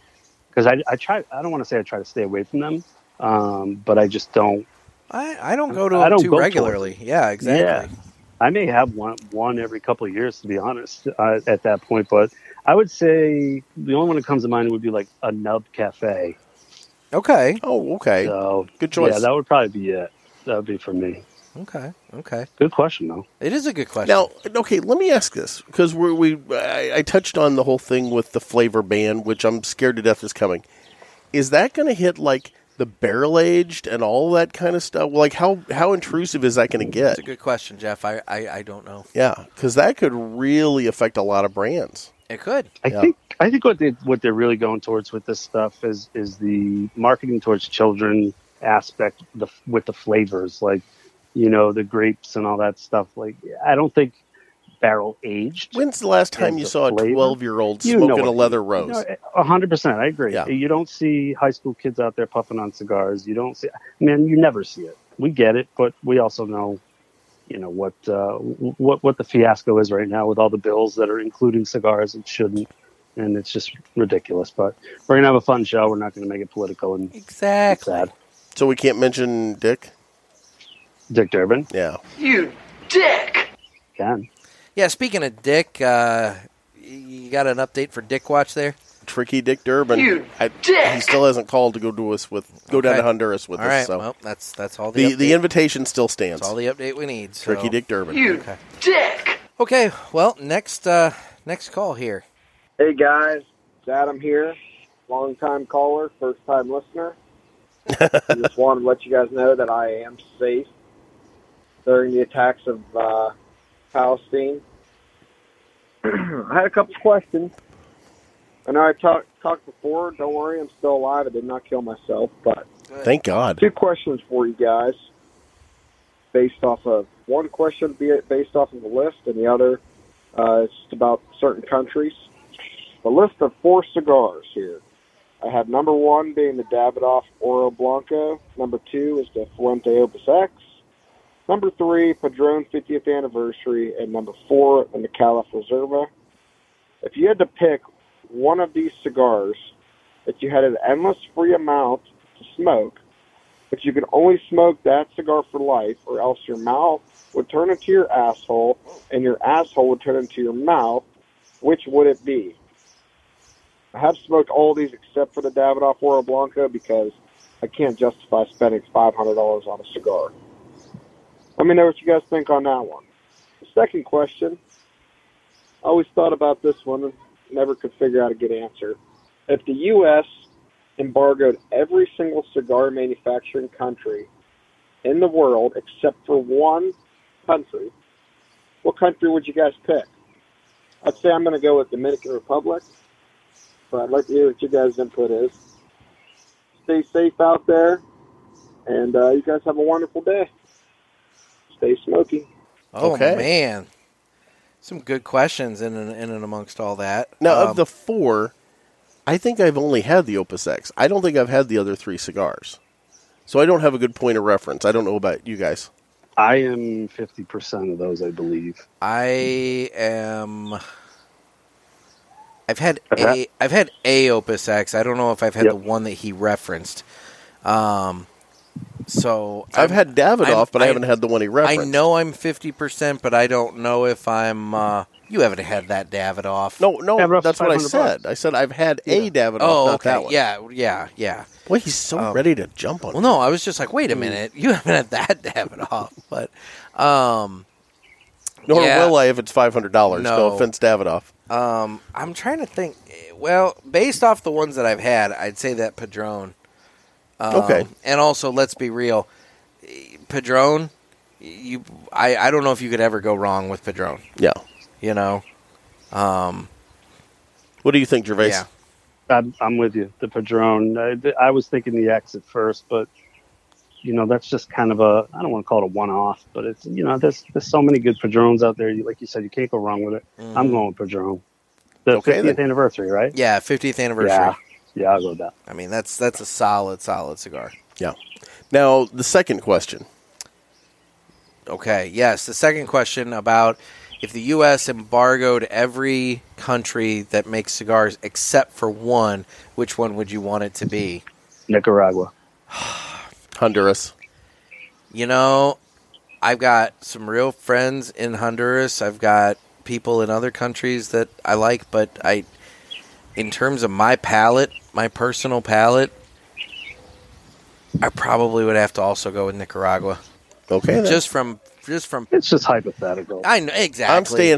because I, I try, I don't want to say I try to stay away from them, um, but I just don't.
I, I don't go to
I
them
don't
too
go for
regularly. Yeah, exactly.
I may have one one every couple of years, to be honest, uh, at that point. But I would say the only one that comes to mind would be like a Nub Cafe.
Okay.
Oh, okay.
So
Good choice.
Yeah, that would probably be it. That would be for me.
Okay. Okay.
Good question, though.
It is a good question.
Now, okay, let me ask this because we we I, I touched on the whole thing with the flavor ban, which I'm scared to death is coming. Is that going to hit like the barrel aged and all that kind of stuff? Like how how intrusive is that going to get?
It's a good question, Jeff. I, I, I don't know.
Yeah, because that could really affect a lot of brands.
It could.
I
Yeah.
think I think what they what they're really going towards with this stuff is is the marketing towards children aspect the, with the flavors like you know the grapes and all that stuff like I don't think barrel aged
When's the last time
And
you
the
saw a
flavor?
twelve year old
You know
smoking
what
a
I
leather rose?
A hundred percent, I agree.
Yeah.
You don't see high school kids out there puffing on cigars. You don't see, man, you never see it. We get it, but we also know, you know what uh, what what the fiasco is right now with all the bills that are including cigars that shouldn't, and it's just ridiculous. But we're gonna have a fun show. We're not gonna make it political and
Exactly.
sad.
So we can't mention Dick.
Dick Durbin
Yeah,
can.
Yeah. Speaking of Dick, uh, you got an update for Dick Watch there.
tricky Dick Durbin. I, He still hasn't called to go do us with go down
Okay.
to Honduras with
all
us.
right.
so
Well, that's that's all the
the the
update-
invitation still stands.
that's all the update we need. So.
Tricky Dick Durbin.
Okay. Dick. Okay. Well, next uh, next call here.
Hey guys, it's Adam here, long time caller, first time listener. I just wanted to let you guys know that I am safe during the attacks of uh, Palestine. I had a couple questions. I know I talked talked before. Don't worry, I'm still alive. I did not kill myself, but
Thank God.
Two questions for you guys, based off of one question be it based off of the list, and the other uh, is just about certain countries. The list of four cigars here. I have number one being the Davidoff Oro Blanco. Number two is the Fuente Opus X. Number three, Padron 50th Anniversary, and number four, the McAuliffe Reserva. If you had to pick one of these cigars that you had an endless free amount to smoke, but you can only smoke that cigar for life, or else your mouth would turn into your asshole, and your asshole would turn into your mouth. Which would it be? I have smoked all these except for the Davidoff Oro Blanco because I can't justify spending five hundred dollars on a cigar. Let me know what you guys think on that one. The second question. I always thought about this one and never could figure out a good answer. If the U.S embargoed every single cigar manufacturing country in the world except for one country, what country would you guys pick? I'd say I'm going to go with Dominican Republic, but I'd like to hear what you guys' input is. Stay safe out there, and uh, you guys have a wonderful day. Stay smoky.
Oh
Okay.
man, some good questions in and, in and amongst all that.
Now,
Um,
of the four, I think I've only had the Opus X. I don't think I've had the other three cigars. So I don't have a good point of reference. I don't know about you guys.
I am fifty percent of those, I believe.
I am. I've had
Uh-huh.
I've
a
had-
I've had a Opus X. I don't know if I've had
Yep.
the one that he referenced. Um, so I'm-
I've had Davidoff,
I'm-
but I,
I-
haven't had the one he
I
referenced.
know I'm fifty percent, but I don't know if I'm. Uh, you haven't had that Davidoff.
No, no,
Davidoff
that's what I
500
said. I said I've had a Davidoff,
Oh,
not
okay.
that one.
Yeah, yeah, yeah.
Boy, he's so ready to jump on.
Well, no, I was just like,
Mm.
wait a minute, you haven't had that Davidoff, but um,
me. Nor
yeah.
will I if it's five hundred dollars. No.
No.
offense, Davidoff.
Um, I'm trying to think. Well, based off the ones that I've had, I'd say that Padron. Um,
Okay.
And also, let's be real, eh, Padron. You, I, I don't know if you could ever go wrong with Padron.
Yeah.
You know, um,
What do you think, Gervais?
Yeah.
I'm, I'm with you. The Padron. I, th- I was thinking the X at first, but you know that's just kind of a. I don't want to call it a one-off, but it's you know there's there's so many good Padrons out there. You- Like you said, you can't go wrong with it.
Mm.
I'm going with Padron. The
Mm-hmm. Okay,
50th
then.
anniversary, right?
yeah, 50th anniversary.
Yeah, yeah, I'll go with that.
I mean, that's that's a solid, solid cigar.
Yeah. Now the second question.
Okay. Yes. The second question about if the U.S. embargoed every country that makes cigars except for one, which one would you want it to be?
Nicaragua.
Honduras.
You know, I've got some real friends in Honduras. I've got people in other countries that I like, but I, in terms of my palate, my personal palate, I probably would have to also go with Nicaragua.
Okay, then.
just from just from
it's just hypothetical.
I know exactly.
I'm staying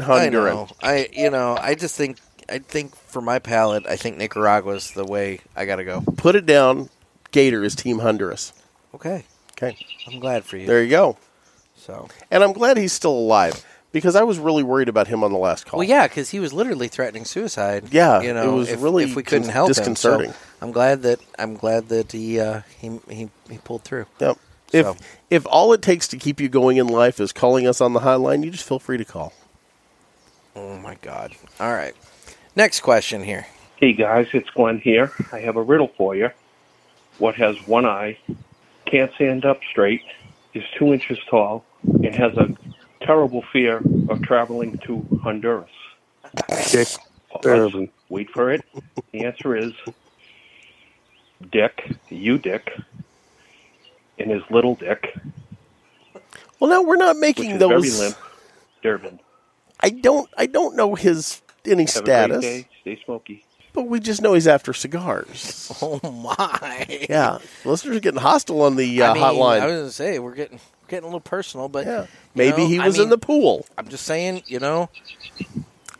I,
Honduran.
know. I you know I just think I think for my palate, I think Nicaragua's the way I got to go.
Put it down. Gator is Team Honduras.
Okay,
Okay,
I'm glad for you.
there you go.
so
And I'm glad he's still alive because I was really worried about him on the last call.
well, yeah, because he was literally threatening suicide.
Yeah,
you know,
it was
if,
really
if we couldn't
con-
help
disconcerting.
him. So I'm glad that I'm glad that he uh, he, he he pulled through.
Yep. If
So-
if all it takes to keep you going in life is calling us on the hotline, you just feel free to call.
Oh my God! All right, next question here.
Hey guys, it's Glenn here. I have a riddle for you. What has one eye, can't stand up straight, is two inches tall, and has a terrible fear of traveling to Honduras?
Dick Durbin.
Wait for it. The answer is Dick, you Dick, and his little Dick,
Well, now we're not
which
making
is
those.
very limp, Durbin.
I don't I don't know his any
Have a
status,
great day. Stay smoky.
but we just know he's after cigars.
Oh my!
yeah, listeners are getting hostile on the uh,
I mean,
hotline.
I was gonna say we're getting we're getting a little personal, but
yeah,
you
maybe
know,
he
I
was in
mean,
the pool.
I'm just saying, you know,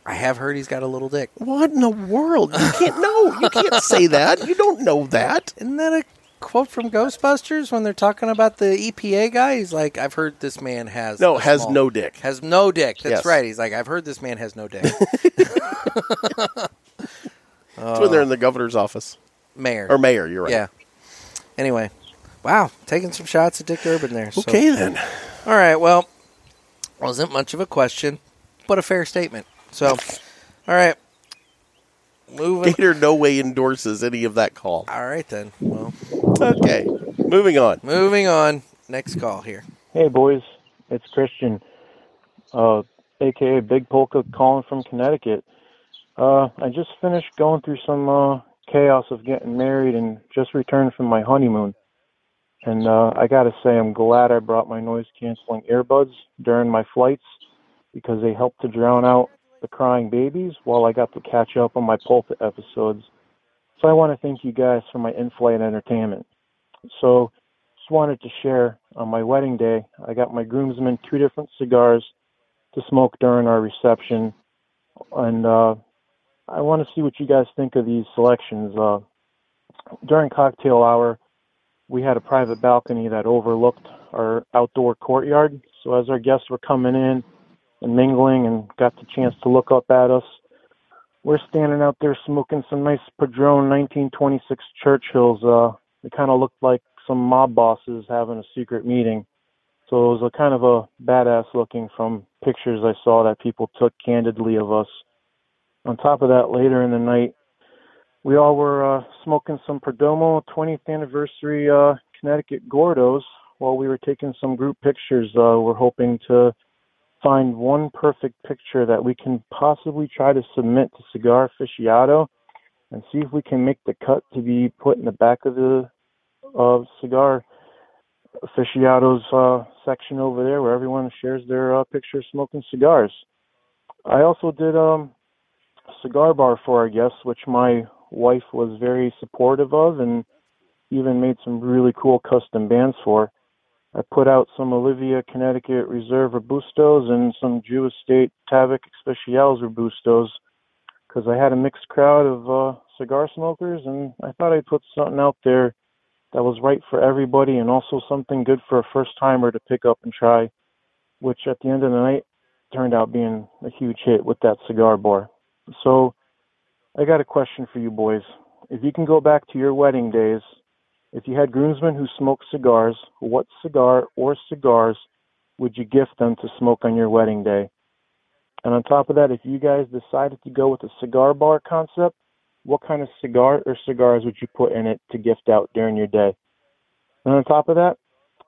I have heard he's got a little dick.
What in the world? You can't no, you can't say that. You don't know that.
Isn't that a quote from Ghostbusters when they're talking about the EPA guy? He's like, I've heard this man has
No,
a
has
small-
no dick.
Has no dick. That's
Yes.
right. He's like, I've heard this man has no dick.
It's when they're in the governor's office
mayor
or mayor. You're right.
Uh. Yeah. Anyway, wow, taking some shots at Dick Durbin there. so-
Okay then.
All right. Well, wasn't much of a question, but a fair statement. So, all right. Moving.
Gator no way endorses any of that call.
All right then. Well,
Okay, moving on.
moving on. Next call here.
Hey boys, it's Christian, uh, aka Big Polka, calling from Connecticut. Uh, I just finished going through some uh, chaos of getting married and just returned from my honeymoon. And uh, I gotta say, I'm glad I brought my noise canceling earbuds during my flights because they helped to drown out the crying babies while I got to catch up on my pulpit episodes. So I want to thank you guys for my in-flight entertainment. So just wanted to share on my wedding day, I got my groomsmen two different cigars to smoke during our reception. And uh, I want to see what you guys think of these selections. Uh, during cocktail hour, we had a private balcony that overlooked our outdoor courtyard. So as our guests were coming in and mingling and got the chance to look up at us, we're standing out there smoking some nice Padron 1926 Churchills. Uh, it kind of looked like some mob bosses having a secret meeting. So it was a kind of a badass looking from pictures I saw that people took candidly of us. On top of that, later in the night, we all were uh, smoking some Perdomo 20th anniversary uh, Connecticut Gordos while we were taking some group pictures. Uh, we're hoping to find one perfect picture that we can possibly try to submit to Cigar Aficionado and see if we can make the cut to be put in the back of the of Cigar Aficionado's uh, section over there where everyone shares their uh, picture smoking cigars. I also did um, a cigar bar for our guests, which my wife was very supportive of and even made some really cool custom bands for. I put out some Olivia Connecticut Reserve Robustos and some Jew Estate Tavik Especiales Robustos because I had a mixed crowd of uh, cigar smokers and I thought I'd put something out there that was right for everybody and also something good for a first timer to pick up and try, which at the end of the night turned out being a huge hit with that cigar bar. So I got a question for you boys. If you can go back to your wedding days, if you had groomsmen who smoked cigars, what cigar or cigars would you gift them to smoke on your wedding day? And on top of that, if you guys decided to go with a cigar bar concept, what kind of cigar or cigars would you put in it to gift out during your day? And on top of that,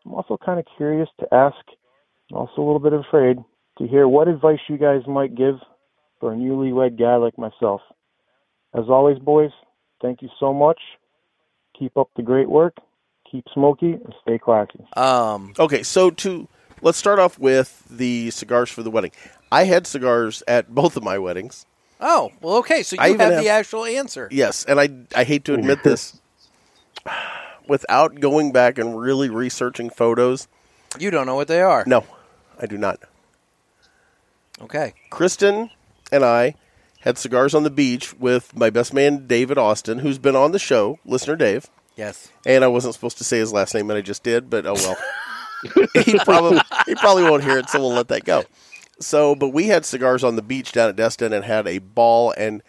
I'm also kind of curious to ask, and also a little bit afraid, to hear what advice you guys might give for a newlywed guy like myself. As always, boys, thank you so much. Keep up the great work. Keep smoky and stay classy.
Um,
Okay, so to let's start off with the cigars for the wedding. I had cigars at both of my weddings.
oh, well, okay. So you
I
have,
even have-
the actual answer.
Yes, and I I hate to admit this without going back and really researching photos.
You don't know what they are.
No, I do not.
Okay.
Kristen and I had cigars on the beach with my best man, David Austin, who's been on the show, listener Dave.
Yes.
And I wasn't supposed to say his last name, and I just did, but oh well. he, probably, he probably won't hear it, so we'll let that go. So, but we had cigars on the beach down at Destin and had a ball, and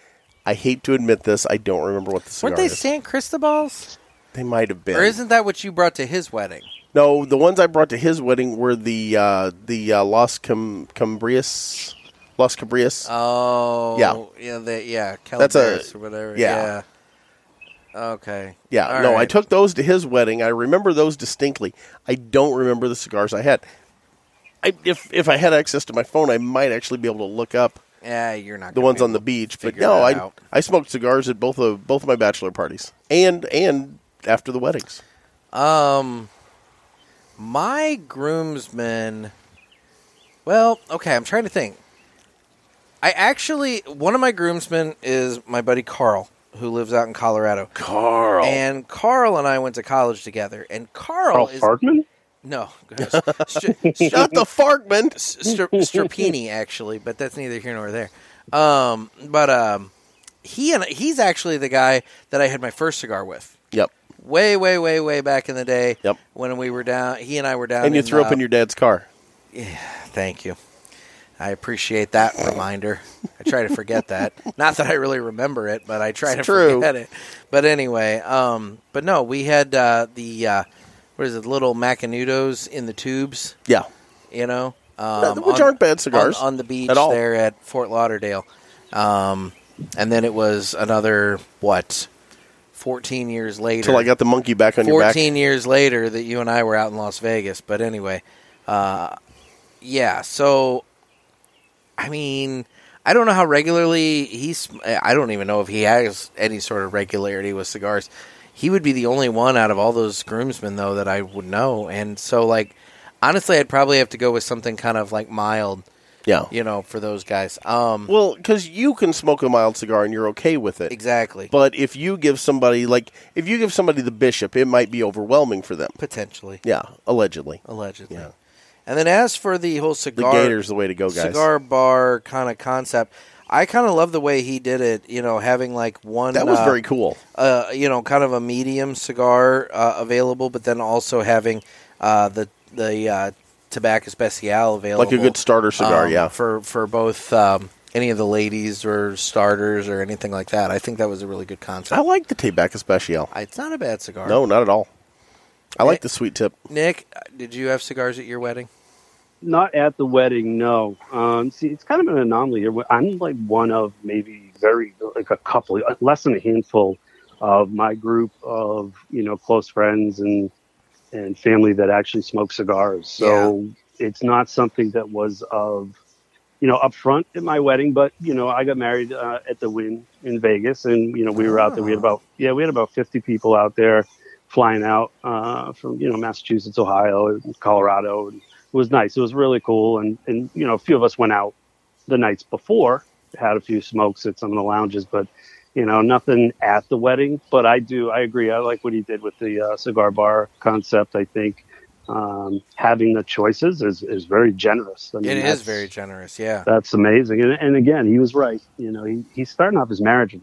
I hate to admit this, I don't remember what the cigar
Weren't they
is.
San Cristobal's?
They might have been.
Or isn't that what you brought to his wedding?
No, the ones I brought to his wedding were the uh, the uh, Los Cum- Cumbrias, Los Cabrias.
Oh,
Yeah.
yeah, they, yeah.
That's a-
Calaveras or whatever.
yeah.
yeah. Okay.
yeah,
All
no, I
right.
took those to his wedding. I remember those distinctly. I don't remember the cigars I had. I, if if I had access to my phone, I might actually be able to look up
Yeah, you're not
the
gonna
ones
be
on
able
the beach. But
figure
no,
that
I
out.
I smoked cigars at both of both of my bachelor parties and and after the weddings.
Um, my groomsmen. Well, okay, I'm trying to think. I actually one of my groomsmen is my buddy Carl, who lives out in Colorado.
Carl
and Carl and I went to college together, and Carl,
Carl
is
Farkman?
no,
Shut the Farkman.
Strapini actually, but that's neither here nor there. Um, but um, he and he's actually the guy that I had my first cigar with.
Yep.
Way, way, way, way back in the day.
Yep.
When we were down, he and I were down. uh,
and you threw up in your dad's car.
Thank you. I appreciate that reminder. I try to forget that. Not that I really remember it, but I try
It's
to
true.
forget it. But anyway, um, but no, we had uh, the uh, what is it? Little Macanudos in the tubes.
Yeah.
You know,
Yeah,
um,
which aren't bad cigars
on, on the beach
at all.
there at Fort Lauderdale. Um, and then it was another what? Fourteen years later
Till I got the monkey back on your back.
14 years later that you and I were out in Las Vegas. But anyway, uh, yeah. So, I mean, I don't know how regularly he's. I don't even know if he has any sort of regularity with cigars. He would be the only one out of all those groomsmen, though, that I would know. And so, like, honestly, I'd probably have to go with something kind of like mild,
Yeah.
you know, for those guys. Um,
Well, because you can smoke a mild cigar and you're okay with it.
exactly.
But if you give somebody like if you give somebody the bishop, it might be overwhelming for them.
Potentially,
Yeah, allegedly.
allegedly. And then as for the whole
The
cigar,
gator's the way to go, guys.
cigar bar kind of concept. I kind of love the way he did it. You know, having like one
that was
uh,
very cool.
Uh, you know, kind of a medium cigar uh, available, but then also having uh, the the uh, tobacco especial available,
Like a good starter cigar,
um,
yeah.
for for both um, any of the ladies or starters or anything like that. I think that was a really good concept.
I like the Tobacco Special.
it's not a bad cigar.
No, not at all. I like the sweet tip.
Nick, did you have cigars at your wedding?
Not at the wedding, no. Um, see, it's kind of an anomaly here. I'm like one of maybe very, like a couple, uh, less than a handful of my group of, you know, close friends and, and family that actually smoke cigars. So it's not something that was of, you know, up front at my wedding, but, you know, I got married uh, at the Wynn in Vegas and, you know, we were out there. We had about, yeah, we had about 50 people out there flying out uh, from, you know, Massachusetts, Ohio, and Colorado, and it was nice. It was really cool. And, and, you know, a few of us went out the nights before, had a few smokes at some of the lounges, but, you know, nothing at the wedding. But I do, I agree. I like what he did with the uh, cigar bar concept. I think um, having the choices is, is very generous. I mean,
It is
that's-
very generous. Yeah,
That's amazing. And, and again, he was right. You know, he, he's starting off his marriage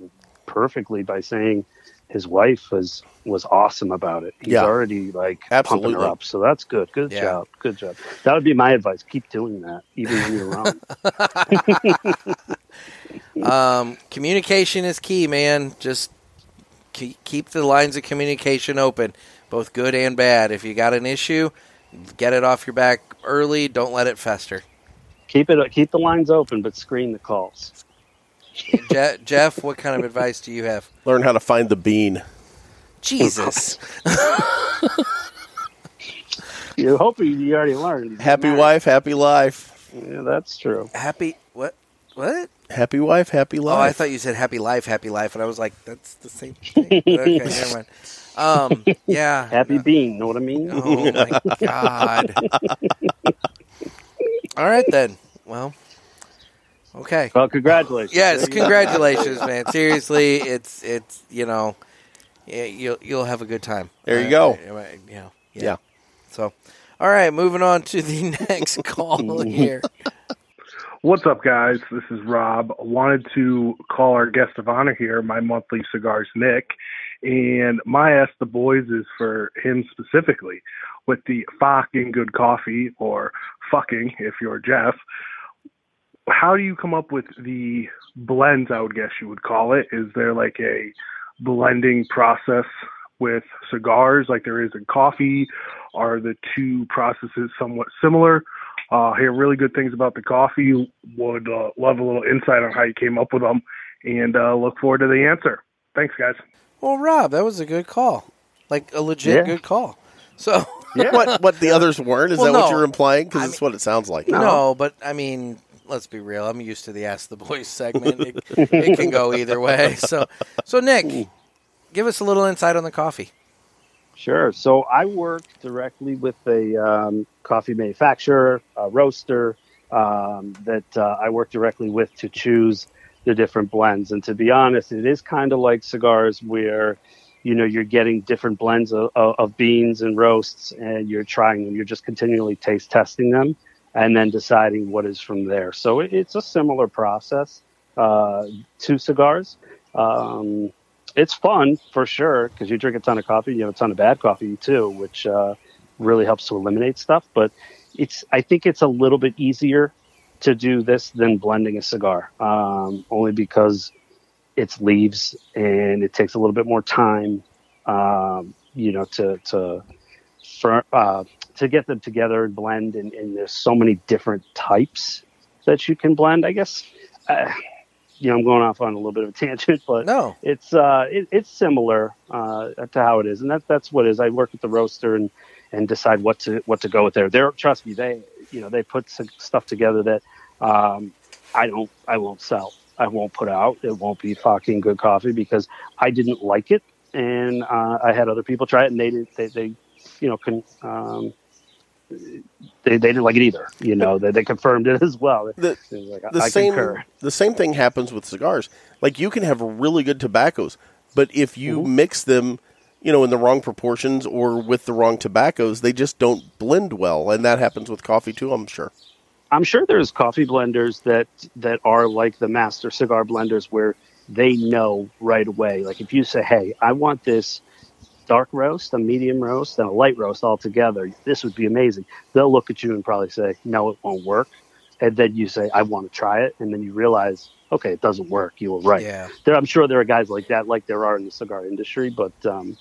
perfectly by saying his wife was was awesome about it. He's
Yeah.
already like pumping
Absolutely.
her up. So that's good. Good
Yeah.
job. Good job. That would be my advice. Keep doing that, even when you're wrong.
Um, communication is key, man. Just ke- keep the lines of communication open, both good and bad. If you got an issue, get it off your back early. Don't let it fester.
keep it keep the lines open, but screen the calls.
Je- Jeff, what kind of advice do you have?
Learn how to find the bean.
Jesus.
You're hoping you already learned. He's
Happy
married.
wife, happy life.
Yeah, that's true.
happy. What? What?
Happy wife, happy life.
Oh, I thought you said happy life, happy life, and I was like, that's the same thing. okay, never mind. Um, yeah.
Happy bean, know what I mean?
Oh my god. All right then. Well, okay.
Well, congratulations.
Yes,
There you go.
congratulations, man. Seriously, it's it's you know, y- you'll you'll have a good time.
There you
Uh,
go.
uh, uh, you know, yeah.
Yeah.
So, All right, moving on to the next call here.
What's up, guys? This is Rob. Wanted to call our guest of honor here, my monthly cigars, Nick. And my ask the boys is for him specifically with the fucking good coffee or fucking if you're Jeff. How do you come up with the blends? I would guess you would call it. Is there like a blending process with cigars like there is in coffee? Are the two processes somewhat similar? Uh, hear really good things about the coffee. Would uh, love a little insight on how you came up with them, and uh, look forward to the answer. Thanks, guys.
Well, Rob, that was a good call, like a legit
Yeah.
good call. So
What what the others weren't? Is
Well,
that what
no.
you're implying? Because that's what it sounds like.
No. but I mean, let's be real. I'm used to the Ask the Boys segment. It, it can go either way. So, so Nick, give us a little insight on the coffee.
Sure. So I work directly with a um, coffee manufacturer, a roaster um, that uh, I work directly with to choose the different blends. And to be honest, it is kind of like cigars where you know you're getting different blends of, of, of beans and roasts and you're trying them you're just continually taste testing them and then deciding what is from there so it, it's a similar process uh, to cigars um, it's fun for sure because you drink a ton of coffee you have a ton of bad coffee too which uh, really helps to eliminate stuff but it's i think it's a little bit easier to do this than blending a cigar um, only because its leaves and it takes a little bit more time um, you know to to for, uh, to get them together and blend and, and there's so many different types that you can blend i guess uh, you know i'm going off on a little bit of a tangent but
no
it's uh it, it's similar uh to how it is and that that's what it is i work with the roaster and and decide what to what to go with there there trust me they you know they put some stuff together that um I don't I won't sell. I won't put out. It won't be fucking good coffee because I didn't like it and uh, I had other people try it and they didn't they, they you know couldn't um they, they didn't like it either. You know, they, they confirmed it as well. It was like,
the
I
same
concur.
the same thing happens with cigars. Like you can have really good tobaccos, but if you mix them, you know, in the wrong proportions or with the wrong tobaccos, they just don't blend well, and that happens with coffee too. I'm sure.
I'm sure there's coffee blenders that that are like the master cigar blenders where they know right away. Like if you say, "Hey, I want this dark roast, a medium roast, and a light roast all together. This would be amazing." They'll look at you and probably say, "No, it won't work." And then you say, "I want to try it," and then you realize, "Okay, it doesn't work. You were right."
Yeah.
There, I'm sure there are guys like that, like there are in the cigar industry, but. Um,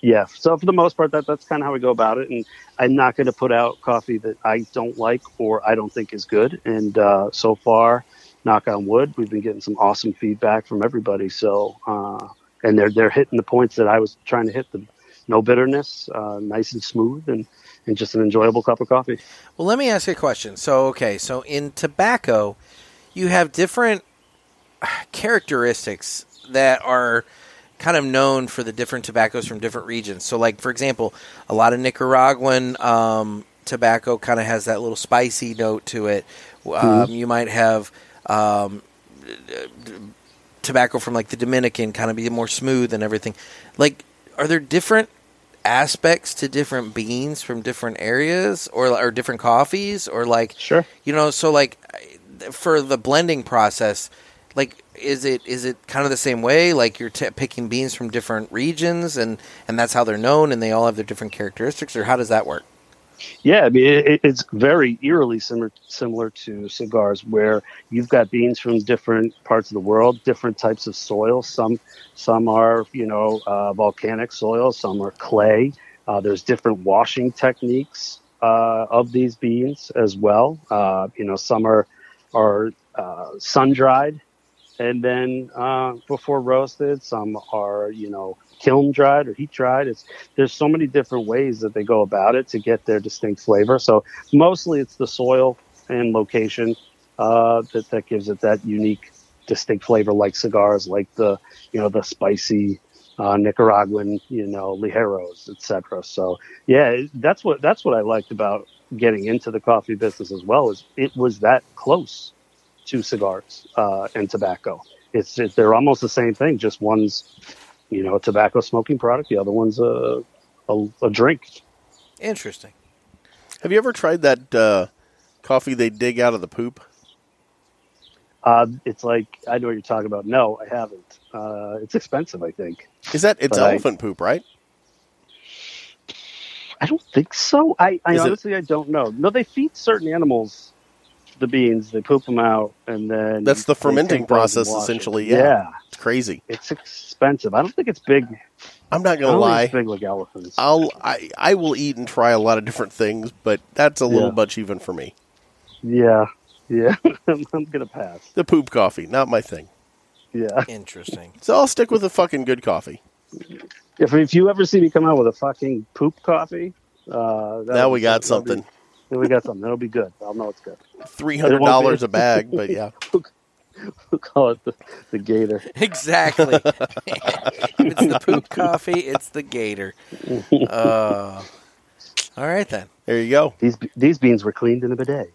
yeah so for the most part that that's kind of how we go about it and i'm not going to put out coffee that i don't like or i don't think is good and uh, so far knock on wood we've been getting some awesome feedback from everybody so uh, and they're they're hitting the points that i was trying to hit the no bitterness uh, nice and smooth and and just an enjoyable cup of coffee
Well, let me ask you a question. So, okay, so in tobacco, you have different characteristics that are kind of known for the different tobaccos from different regions. So, like for example, a lot of Nicaraguan um, tobacco kind of has that little spicy note to it. Um,
Mhm.
You might have um, tobacco from like the Dominican kind of be more smooth and everything. Like, are there different aspects to different beans from different areas or or different coffees or like
sure
you know so like I- for the blending process like is it is it kind of the same way like you're t- picking beans from different regions and and that's how they're known and they all have their different characteristics or how does that work
Yeah, I mean, it, it- it's very eerily similar similar to cigars, where you've got beans from different parts of the world, different types of soil. Some some are you know uh, volcanic soil, some are clay. Uh, there's different washing techniques uh, of these beans as well. Uh, you know, some are are uh, sun dried, and then uh, before roasted. Some are, you know, kiln dried or heat dried. It's there's so many different ways that they go about it to get their distinct flavor. So mostly it's the soil and location uh, that that gives it that unique, distinct flavor, like cigars, like the you know the spicy. Uh, Nicaraguan, you know, ligeros, etc. So, yeah, it- that's what that's what I liked about getting into the coffee business as well. Is it was that close to cigars uh, and tobacco. It's it, they're almost the same thing. Just one's, you know, a tobacco smoking product. The other one's a a, a drink.
interesting
Have you ever tried that uh, coffee they dig out of the poop?
Uh, it's like I know what you're talking about. No, I haven't. Uh, it's expensive, I think.
Is that it's
But I-
elephant poop, right?
I don't think so. I, I
Is it-
honestly I don't know. No, they feed certain animals the beans. They poop them out, and then
That's the
they
fermenting
take those and
process,
wash it.
essentially. Yeah.
yeah,
it's crazy.
It's expensive. I don't think it's big.
I'm not
I
gonna
don't think
lie.
it's big like elephants.
I'll I, I will eat and try a lot of different things, but that's a little
Yeah.
much even for me.
Yeah, yeah. I'm, I'm gonna pass.
The poop coffee, not my thing.
Yeah.
Interesting.
So I'll stick with the fucking good coffee.
If if you ever see me come out with a fucking poop coffee, uh, that
Now
would-
we got
that'll be-
something.
Then we got something. That'll be good. I'll know it's good.
Three hundred dollars a bag, but yeah.
We'll call it the, the gator.
Exactly. if it's the poop coffee, it's the gator. Uh, all right then.
There you go.
These these beans were cleaned in a bidet.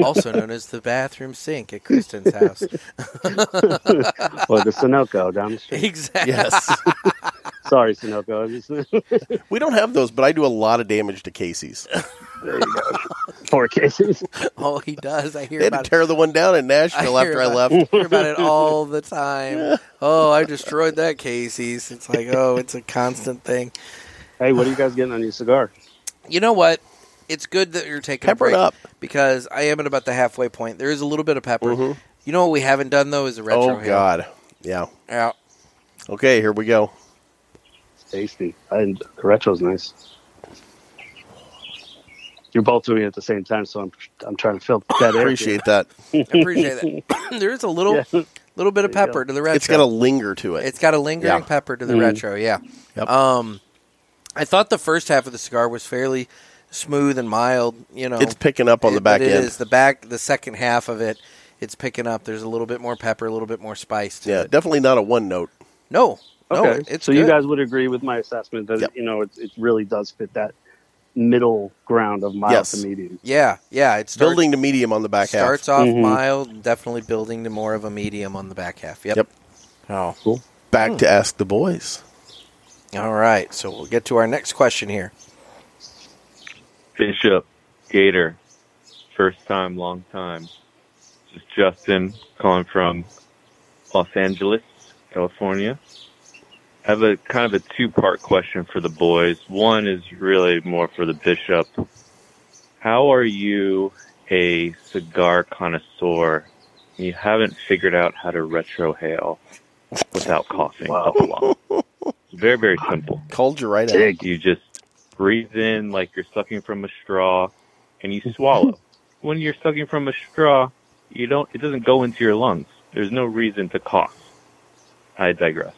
also known as the bathroom sink at Kristen's house.
or the Sunoco down the street.
Exactly.
Yes.
Sorry, Sunoco. I'm just-
We don't have those, but I do a lot of damage to Casey's.
there you go. Four cases.
Oh, he does. I hear
They had to
about it.
tear the one down in Nashville
hear
after I
about-
left.
hear about it all the time. Oh, I destroyed that Casey's. It's like, oh, it's a constant thing.
Hey, what are you guys getting on your cigar?
You know what? It's good that you're taking
Pepper
a
it
break
up.
because I am at about the halfway point. There is a little bit of pepper.
Mhm.
You know what we haven't done though is a retro.
Oh
hail.
God. Yeah.
Yeah.
Okay, here we go.
It's tasty. And the retro's nice. You're both doing it at the same time, so I'm I'm trying to fill that air.
Appreciate that.
I appreciate that. there is a little little bit of
There you go.
pepper to the retro.
It's got a linger to it.
It's got a lingering
Yeah. Mm-hmm.
pepper to the retro. Yeah.
Yep.
Um, I thought the first half of the cigar was fairly smooth and mild. You know,
It's picking up on the
It- but
back
It
end.
is the back, the second half of it. It's picking up. There's a little bit more pepper, a little bit more spice. To
Yeah,
It.
definitely not a one note.
No. No.
Okay.
it- It's
so you
good.
guys would agree with my assessment that
Yep.
you know it, it really does fit that middle ground of mild
Yes.
to medium.
Yeah. Yeah. It starts,
Building to medium on the back
starts
half.
off
Mhm.
mild, and definitely building to more of a medium on the back half. Yep.
Yep.
Oh.
Back to ask the boys.
All right. So we'll get to our next question here.
Bishop, Gator, first time, long time. This is Justin calling from Los Angeles, California. I have a kind of a two part question for the boys. One is really more for the Bishop. How are you a cigar connoisseur? You haven't figured out how to retrohale without coughing up a lot. It's very, very simple.
Called you right out.
Dig.
You just breathe in like you're sucking from a straw and you swallow. when you're sucking from a straw, you don't it doesn't go into your lungs. There's no reason to cough. I digress.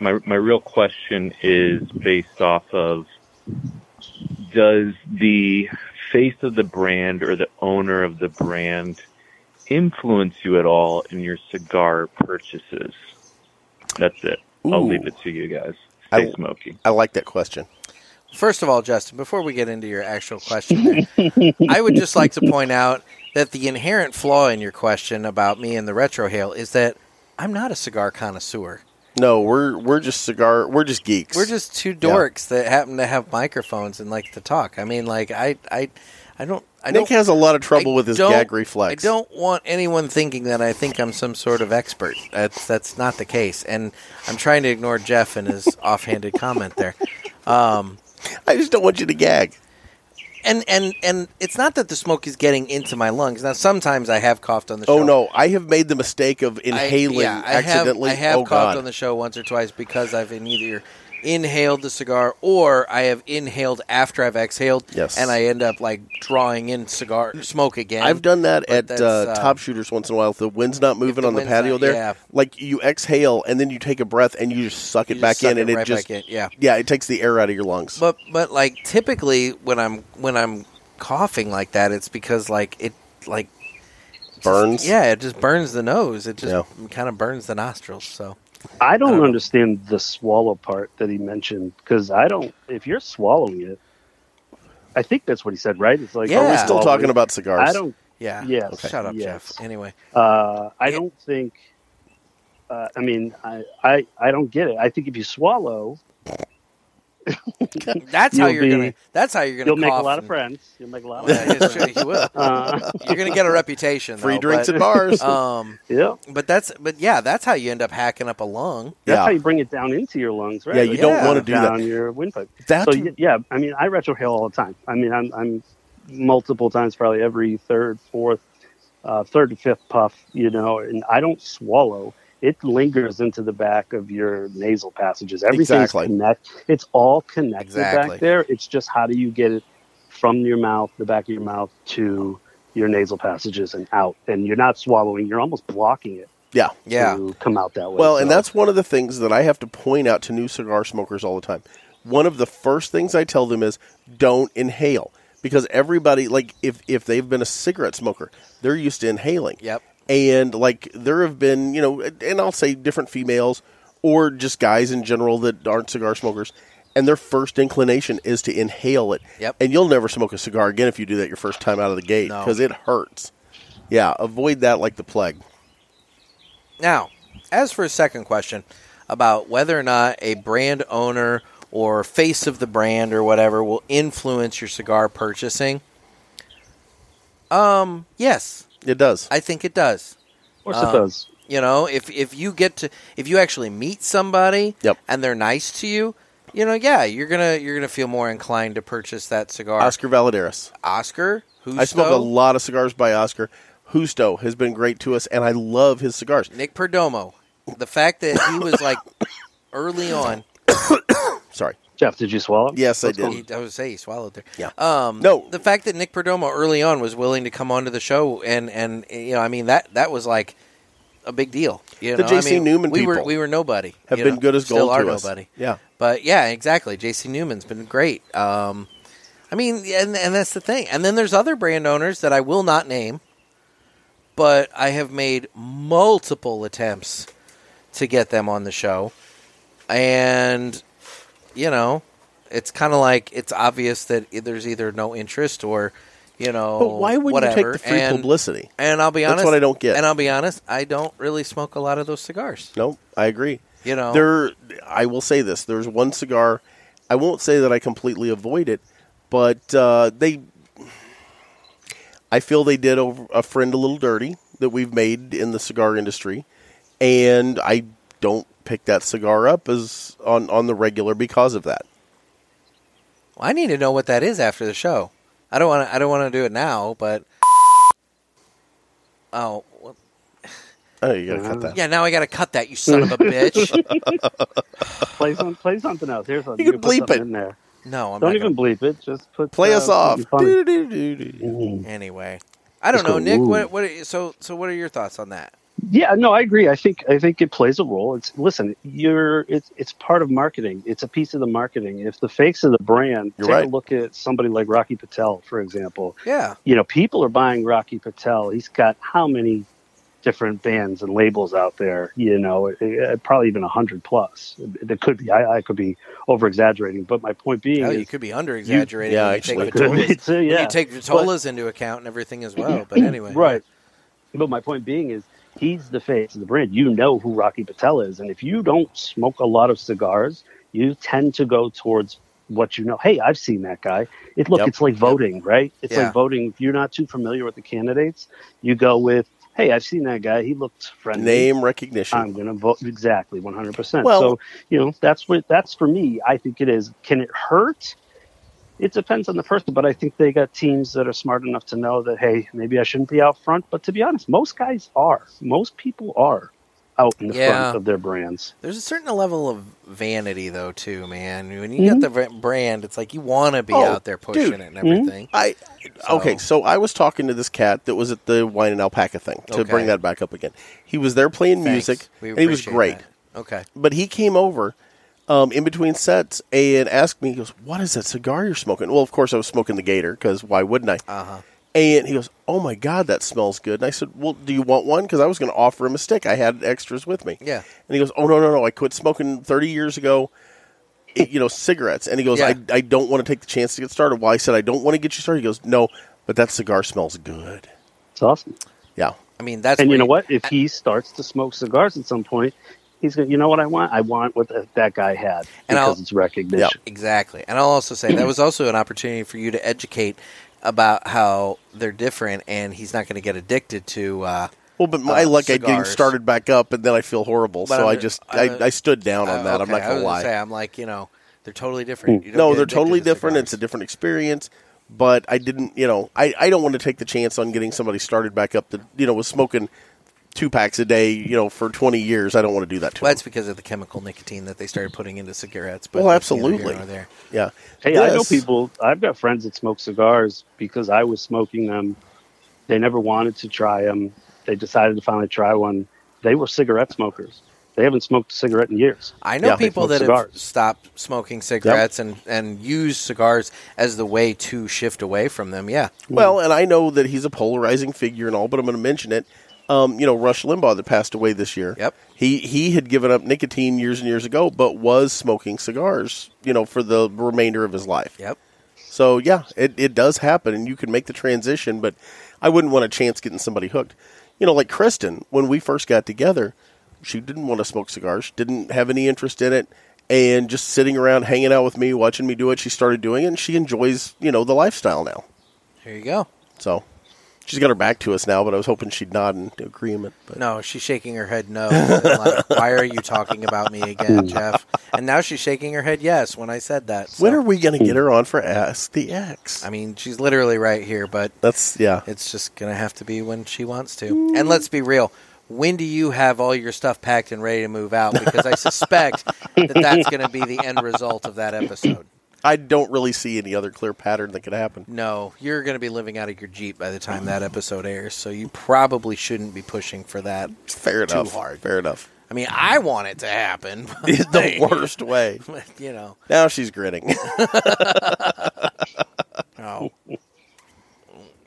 My my real question is based off of does the face of the brand or the owner of the brand influence you at all in your cigar purchases? That's it. I'll
Ooh.
leave it to you guys.
I-
Stay smoky.
I like that question.
First of all, Justin, before we get into your actual question, there, I would just like to point out that the inherent flaw in your question about me and the retrohale is that I'm not a cigar connoisseur.
No, we're we're just cigar. We're just geeks.
We're just two dorks that happen to have microphones and like to talk. I mean, like I, I, I don't. I
Nick
don't,
has a lot of trouble
I
with his
don't-
gag reflex.
I don't want anyone thinking that I think I'm some sort of expert. That's that's not the case, and I'm trying to ignore Jeff and his offhanded comment there. Um,
I just don't want you to gag.
and and and it's not that the smoke is getting into my lungs. Now sometimes I have coughed on the show.
Oh no, I have made the mistake of inhaling
I, yeah, I have-
accidentally.
I have
oh
coughed
god.
on the show once or twice because I've in either inhaled the cigar or I have inhaled after I've exhaled.
Yes.
and I end up like drawing in cigar smoke again.
I've done that at
that's, uh,
uh, Top Shooters once in a while. If the wind's not moving
the
on the
wind's
patio
not-
there,
yeah.
like you exhale and then you take a breath and you just suck it
You just
back
suck
in, and
right
it just
back in, yeah.
yeah, it takes the air out of your lungs.
But but like typically when I'm when I'm coughing like that, it's because like it like
Burns.
yeah, it just burns the nose. It just
Yeah.
kind of burns the nostrils. So
I
I
don't
don't know.
understand the swallow part that he mentioned because I don't. If you're swallowing it, I think that's what he said, right? It's like
Yeah.
Are we still
swallow
talking
it.
about cigars?
I don't.
yeah,
Yes, Okay.
Shut up,
yes.
Jeff. Anyway.
Uh, I don't think. Uh, I mean, I, I I don't get it. I think if you swallow,
That's how
You'll
you're
be-
gonna. That's how you're gonna.
you'll make a
cough
lot of
and-
friends. You'll make a lot of
Yeah,
friends.
it's true. You will.
Uh.
you're gonna get a reputation.
Free
though,
drinks
but,
at bars.
Um,
yeah.
But that's. But yeah, that's how you end up hacking up a lung.
That's how you bring it down into your lungs, right?
Yeah, you don't wanna
to
do
down
that.
your windpipe.
That's-
so y- yeah, I mean, I retrohale all the time. I mean, I'm, I'm multiple times, probably every third, fourth, uh, third to fifth puff, you know, and I don't swallow. It lingers into the back of your nasal passages. Everything's
Exactly.
connect. It's all connected
Exactly.
back there. It's just how do you get it from your mouth, the back of your mouth, to your nasal passages and out. And you're not swallowing. You're almost blocking it.
Yeah.
To come out that way.
Well, and
So-
that's one of the things that I have to point out to new cigar smokers all the time. One of the first things I tell them is don't inhale because everybody like if if they've been a cigarette smoker, they're used to inhaling.
Yep.
And like there have been, you know, and I'll say different females or just guys in general that aren't cigar smokers and their first inclination is to inhale it.
Yep.
And you'll never smoke a cigar again if you do that your first time out of the gate
No.
because it hurts. Yeah, avoid that like the plague.
Now, as for a second question about whether or not a brand owner or face of the brand or whatever will influence your cigar purchasing, um, yes,
it does.
I think it does.
Of course it
um,
does.
You know, if if you get to if you actually meet somebody and they're nice to you, you know, yeah, you're gonna you're gonna feel more inclined to purchase that cigar.
Oscar Valadares.
Oscar, who's
I smoke a lot of cigars by Oscar. Husto has been great to us, and I love his cigars.
Nick Perdomo. The fact that he was like early on
Sorry,
Jeff, did you swallow?
Yes, I
He,
did.
I would say he swallowed there.
Yeah.
Um, no. The fact that Nick Perdomo early on was willing to come onto the show and and you know I mean that that was like a big deal. You
The
know,
J.C.
I mean,
Newman
we were
people
we were nobody.
have
you
been
know,
good as
still
gold
are
to us.
nobody.
Yeah.
But yeah, exactly. J.C. Newman's been great. Um, I mean, and and that's the thing. And then there's other brand owners that I will not name, but I have made multiple attempts to get them on the show, and you know, it's kind of like it's obvious that e- there's either no interest or you know,
But why would you
Oh,
take
whatever.
the free
and,
publicity?
And I'll be
That's
honest,
what I don't get.
And I'll be honest, I don't really smoke a lot of those cigars.
No, I agree.
You know,
There, I will say this: there's one cigar. I won't say that I completely avoid it, but uh, they. I feel they did a, a friend a little dirty that we've made in the cigar industry, and I don't pick that cigar up as on on the regular because of that.
I need to know what that is after the show. I don't want to. I don't want to do it now, but oh, what-
Oh, you gotta cut that.
yeah. Now I got to cut that. You son of a bitch.
play some, play something else. Here's something.
You
You
can
can put
bleep
something
it.
in there.
No, I'm
don't
not
even bleep it. Just put
Play us off.
Mm-hmm. Anyway, I don't
Just
know,
go,
Nick.
"Ooh."
What? What? Are, so, so what are your thoughts on that?
Yeah, no, I agree. I think I think it plays a role. It's listen, you're it's it's part of marketing. It's a piece of the marketing. If the fakes of the brand,
You're
take
right.
a look at somebody like Rocky Patel, for example.
Yeah.
You know, people are buying Rocky Patel. He's got how many different bands and labels out there? You know, eh, eh, probably even a hundred plus. That could be. I, I could be over exaggerating, but my point being,
Hell,
is
you could be under exaggerating.
Yeah,
when you
actually.
take
Could be
Vitolas,
too,
when
yeah.
you take Vitolas into account and everything as well. But anyway,
right. But my point being is he's the face of the brand. You know who Rocky Patel is. And if you don't smoke a lot of cigars, you tend to go towards what you know. Hey, I've seen that guy. It look,
Yep.
it's like voting, right? It's
Yeah.
like voting. If you're not too familiar with the candidates, you go with, Hey, I've seen that guy. He looked friendly.
Name recognition.
I'm going to vote exactly 100%.
Well-
so, you know, that's what that's for me. I think it is. Can it hurt? It depends on the person, but I think they got teams that are smart enough to know that hey, maybe I shouldn't be out front. But to be honest, most guys are. Most people are out in the
Yeah.
front of their brands.
There's a certain level of vanity, though, too, man. When you
Mhm.
got the v- brand, it's like you want to be
Oh,
out there pushing
dude.
it and everything.
I okay. So I was talking to this cat that was at the wine and alpaca thing to
Okay.
bring that back up again. He was there playing
Thanks.
Mm-hmm. music,
We
and he was
appreciate
great.
that. Okay.
But he came over um, in between sets and asked me. He goes, "What is that cigar you're smoking?" Well, of course I was smoking the Gator because why wouldn't I?
Uh huh.
And he goes, "Oh my God, that smells good." And I said, "Well, do you want one?" Because I was going to offer him a stick. I had extras with me.
Yeah.
And he goes, "Oh no, no, no! I quit smoking 30 years ago. it- you know, cigarettes." And he goes,
Yeah.
"I, I don't want to take the chance to get started." Well, I said, "I don't want to get you started." He goes, "No, but that cigar smells good."
It's awesome.
Yeah.
I mean, that's
and
where
you know what? If he starts to smoke cigars at some point, He's going, to you know what I want? I want what the, that guy had
And I'll-
because it's recognition.
Exactly. And I'll also say that was also an opportunity for you to educate about how they're different, and he's not going to get addicted to. Uh,
Well, but my
uh,
luck at getting
cigars.
started back up, and then I feel horrible.
But
so
I'm
I
ju-
just
I'm
I,
a-
I stood down on
Uh,
that.
okay,
I'm not
I
gonna
was
lie.
Say, I'm like, you know, they're totally different. You don't
no,
get
they're
addicted to
totally
cigars.
different. It's a different experience. But I didn't, you know, I, I don't want to take the chance on getting somebody started back up that you know was smoking two packs a day, you know, for twenty years. I don't want to do that to.
Well, that's because of the chemical nicotine that they started putting into cigarettes. But
Well,
that's neither here
absolutely.
nor there.
Yeah.
Hey, I know
This-
people. I've got friends that smoke cigars because I was smoking them. They never wanted to try them. They decided to finally try one. They were cigarette smokers. They haven't smoked a cigarette in years.
I know
They
people
smoke
that
cigars.
have stopped smoking cigarettes and, and use cigars as the way to shift away from them. Yeah.
Well, and I know that he's a polarizing figure and all, but I'm going to mention it. Um, you know, Rush Limbaugh that passed away this year. Yep. He he had given up nicotine years and years ago, but was smoking cigars. You know, for the remainder of his life.
Yep.
So yeah, it, it does happen, and you can make the transition. But I wouldn't want a chance getting somebody hooked. You know, like Kristen, when we first got together, she didn't want to smoke cigars, didn't have any interest in it, and just sitting around hanging out with me, watching me do it, she started doing it, and she enjoys you know the lifestyle now.
Here you go.
So she's got her back to us now, but I was hoping she'd nod in agreement. But
No, she's shaking her head no. and like, Why are you talking about me again, Jeff? And now she's shaking her head yes when I said that. So,
when are we going to get her on for Ask the X?
I mean, she's literally right here, but
that's yeah.
It's just going to have to be when she wants to.
Mm.
And let's be real. When do you have all your stuff packed and ready to move out? Because I suspect that that's going to be the end result of that episode.
I don't really see any other clear pattern that could happen.
No, you're going to be living out of your Jeep by the time that episode airs, so you probably shouldn't be pushing for that
Fair
too
enough.
hard.
Fair enough.
I mean, I want it to happen.
the worst way.
you know.
Now she's grinning.
Oh.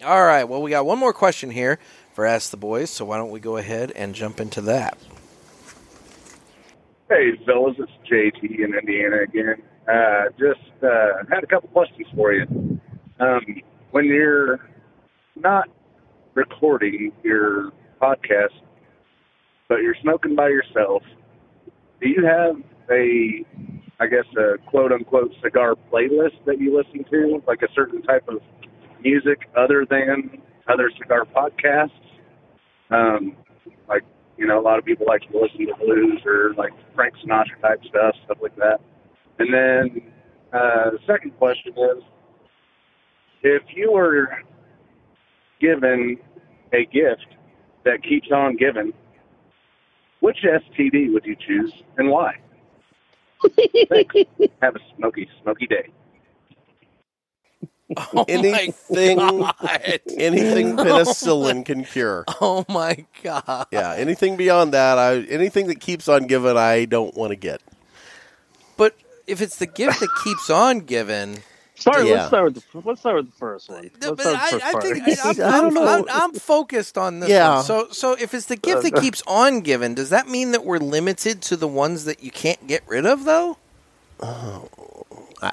All right. Well, we got one more question here for Ask the Boys, so why don't we go ahead and jump into that?
Hey, fellas, it's JT in Indiana again. Uh, just uh, had a couple questions for you. Um, when you're not recording your podcast, but you're smoking by yourself, do you have a, I guess, a quote unquote cigar playlist that you listen to, like a certain type of music other than other cigar podcasts? Um, like, you know, a lot of people like to listen to blues or like Frank Sinatra type stuff, stuff like that. And then uh, the second question is, if you were given a gift that keeps on giving, which STD would you choose and why? Thanks. Have a smoky, smoky day.
Oh
anything, anything penicillin can cure.
Oh my god.
Yeah, anything beyond that, I anything that keeps on giving, I don't want to get.
But if it's the gift that keeps on giving,
Sorry,
Yeah.
let's start with the, let's start with the first one. Let's start with the first
I
part.
think I, I'm,
I don't
I'm-
know.
I'm- I'm focused on this.
Yeah.
One. So so if it's the gift that keeps on giving, does that mean that we're limited to the ones that you can't get rid of though?
I,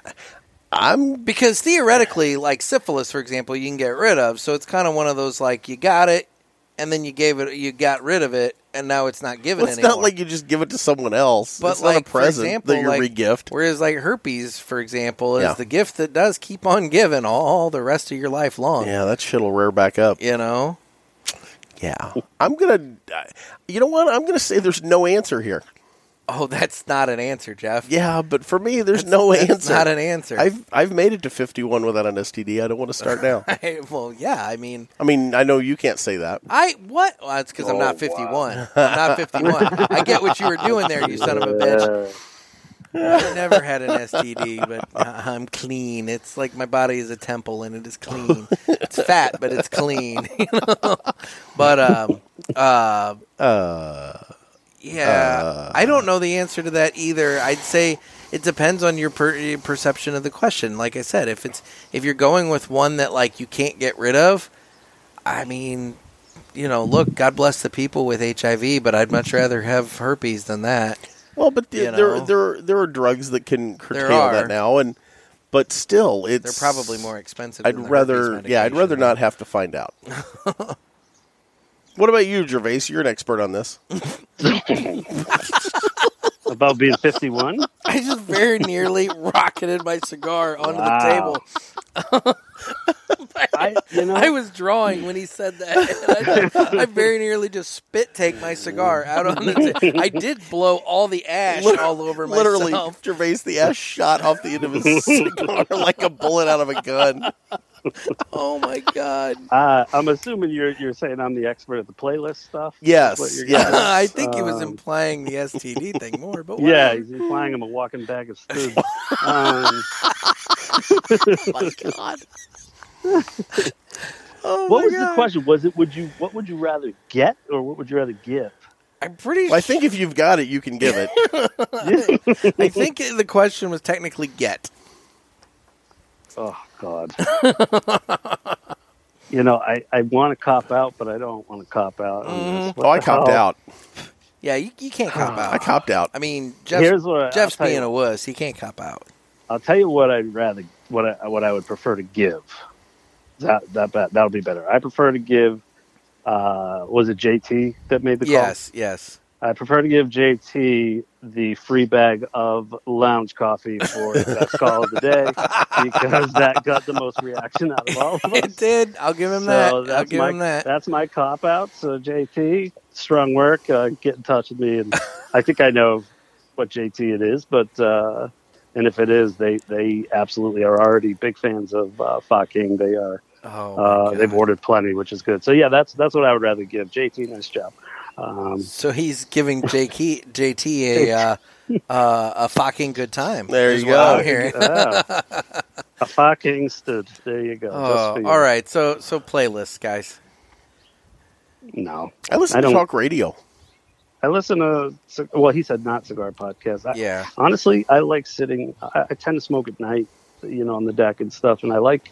I'm
because theoretically, like syphilis, for example, you can get rid of. So it's kind of one of those like you got it, and then you gave it, you got rid of it, and now it's not given
Well, it's
anymore.
not like you just give it to someone else.
but
it's
like
not a present
for example,
that you
like,
regift.
Whereas like herpes, for example, is
Yeah.
the gift that does keep on giving all the rest of your life long.
Yeah, that shit'll rear back up.
You know.
Yeah, I'm gonna. I- You know what? I'm gonna say there's no answer here.
Oh, that's not an answer, Jeff.
Yeah, but for me, there's no
that's
answer.
not an answer.
I've I've made it to 51 without an STD. I don't want to start now.
well, yeah. I mean,
I mean, I know you can't say that.
I what? Well, that's because I'm not 51. I'm not 51. I get what you were doing there, you son of a bitch. I never had an STD, but I- I'm clean. It's like my body is a temple, and it is clean. It's fat, but it's clean. You know? But um, uh,
uh,
yeah,
Uh.
I don't know the answer to that either. I'd say it depends on your, per- your perception of the question. Like I said, if it's if you're going with one that like you can't get rid of, I mean, you know, look, God bless the people with HIV, but I'd much rather have herpes than that.
Well, but
You
there, there
know.
there there are drugs that can curtail
are.
that now, and but still,
They're
it's
probably more expensive.
I'd
than the
rather,
herpes
yeah, I'd rather
medication.
not have to find out. what about you, Gervais? You're an expert on this.
About being 51?
I just very nearly rocketed my cigar onto
Wow.
the table. I, I was drawing when he said that. and I, I very nearly just spit take my cigar out on the table. I did blow all the ash
Lit-
all over myself.
Literally, Gervais the ass shot off the end of his cigar like a bullet out of a gun.
Oh my god!
Uh, I'm assuming you're you're saying I'm the expert at the playlist stuff.
Yes,
What you're-
yes.
I think he was
Um,
implying the STD thing more, but
yeah,
whatever.
he's implying I'm a walking bag of stoods. um,
my god!
what
Oh my
was the
God.
question? Was it would you what would you rather get or what would you rather give?
I'm pretty.
Well, I think if you've got it, you can give it.
I think the question was technically get.
Oh God. You know, I, I want to cop out, but I don't want to cop out.
Mm-hmm.
on this. What
Oh, I
the
copped
hell?
out.
Yeah, you, you can't cop out.
I copped out.
uh, I mean, Jeff's,
Ah, Here's what I- I'll
Jeff's
tell you
being a wuss. He can't cop out.
I'll tell you what I'd rather what I what I would prefer to give. That that that that'll be better. I prefer to give. Uh, was it JT that made the call?
yes, yes.
I prefer to give JT the free bag of lounge coffee for the best call of the day because that got the most reaction out of all of us.
It did. I'll give him
So
that. I'll
that's
give
my
him that.
that's my cop out. So JT, strong work. Uh, get in touch with me, and I think I know what JT it is. But uh, and if it is, they they absolutely are already big fans of uh, fucking. They are.
Oh, my
uh,
God.
they've ordered plenty, which is good. So yeah, that's that's what I would rather give JT. Nice job. Um,
so he's giving JT, JT a uh, uh, a fucking good time.
There
is
you
what
go.
Oh,
I'm hearing.
Yeah. a fucking stood. There you go. Just for
oh,
you.
all right. So so playlists, guys.
No,
I listen to
don't-
talk radio.
I listen to cig- well, he said not cigar podcast. I,
Yeah.
honestly, I like sitting. I, I tend to smoke at night, you know, on the deck and stuff. And I like,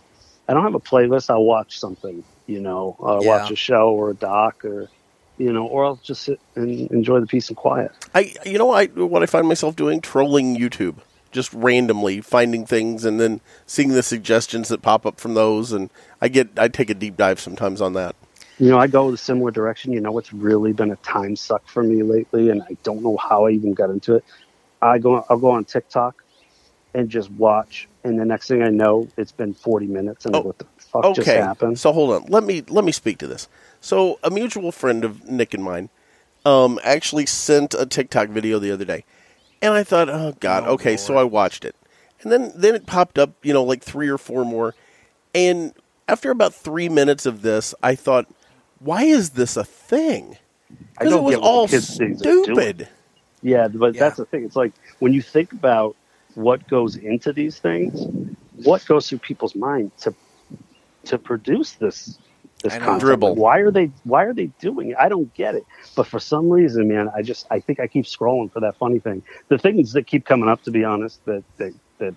I don't have a playlist. I'll watch something, you know, uh,
Yeah.
watch a show or a doc or, you know, or I'll just sit and enjoy the peace and quiet.
I, you know, I what I find myself doing trolling YouTube, just randomly finding things and then seeing the suggestions that pop up from those, and I get I take a deep dive sometimes on that.
You know, I go the similar direction. You know, what's really been a time suck for me lately, and I don't know how I even got into it. I go, I'll go on TikTok and just watch, and the next thing I know, it's been forty minutes, and I go, what the fuck just
Oh, okay.
happened?
So hold on. Let me let me speak to this. So a mutual friend of Nick and mine um, actually sent a TikTok video the other day, and I thought, oh god, okay. So I watched it, and then then it popped up, you know, like three or four more, and after about three minutes of this, I thought, why is this a thing?
I
Because
don't
it was
get what the
all
kids these are doing.
stupid.
Yeah, but that's the thing. It's like when you think about what goes into these things, what goes through people's mind to to produce this this
I know.
content.
Dribble.
Why are they Why are they doing it? I don't get it. But for some reason, man, I just I think I keep scrolling for that funny thing. The things that keep coming up, to be honest, that that that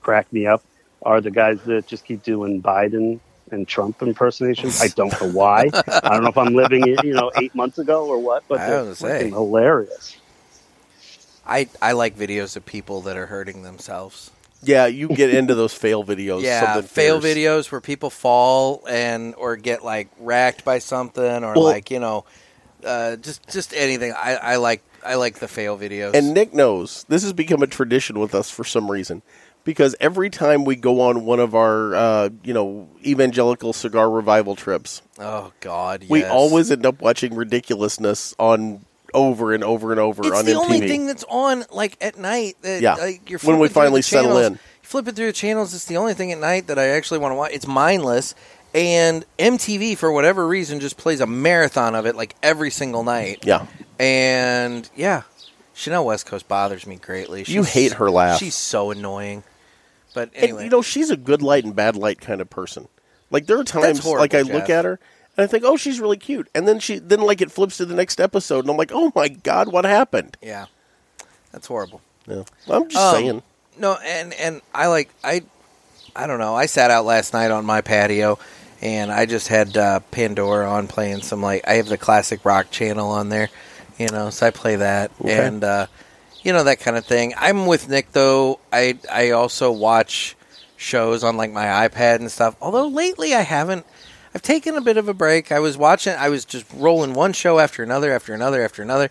crack me up are the guys that just keep doing Biden and Trump impersonations. I don't know why. I don't know if I'm living it, you know, eight months ago or what, but
I
they're
was gonna say.
freaking hilarious.
I I like videos of people that are hurting themselves.
Yeah, you get into those fail videos.
yeah,
Oh, something
fail
fierce.
videos where people fall and or get like racked by something or
Well-
like you know, uh, just just anything. I, I like I like the fail videos.
And Nick knows this has become a tradition with us for some reason, because every time we go on one of our, uh, you know, evangelical cigar revival trips,
oh God,
we
yes.
always end up watching ridiculousness on over and over and over
It's
on
the
MTV.
only thing that's on like at night. That,
Yeah.
like, you're
When we
flipping through
finally
the
settle
channels-
in.
flipping through the channels. It's the only thing at night that I actually want to watch. It's mindless, and MTV for whatever reason just plays a marathon of it like every single night.
yeah,
And yeah, Chanel West Coast bothers me greatly.
You hate her laugh.
She's so annoying. But
and
anyway,
you know, she's a good light and bad light kind of person. Like there are times,
horrible,
like I look
Jeff.
at her and I think, oh, she's really cute, and then she, then like it flips to the next episode, and I'm like, oh my god, what happened?
yeah, that's horrible.
Yeah. I'm just
Um,
saying.
No, and and I like I, I don't know. I sat out last night on my patio, and I just had uh, Pandora on playing some like I have the classic rock channel on there, you know. So I play that
Okay.
and uh, you know that kind of thing. I'm with Nick though. I I also watch shows on like my iPad and stuff. Although lately I haven't. I've taken a bit of a break. I was watching. I was just rolling one show after another, after another, after another.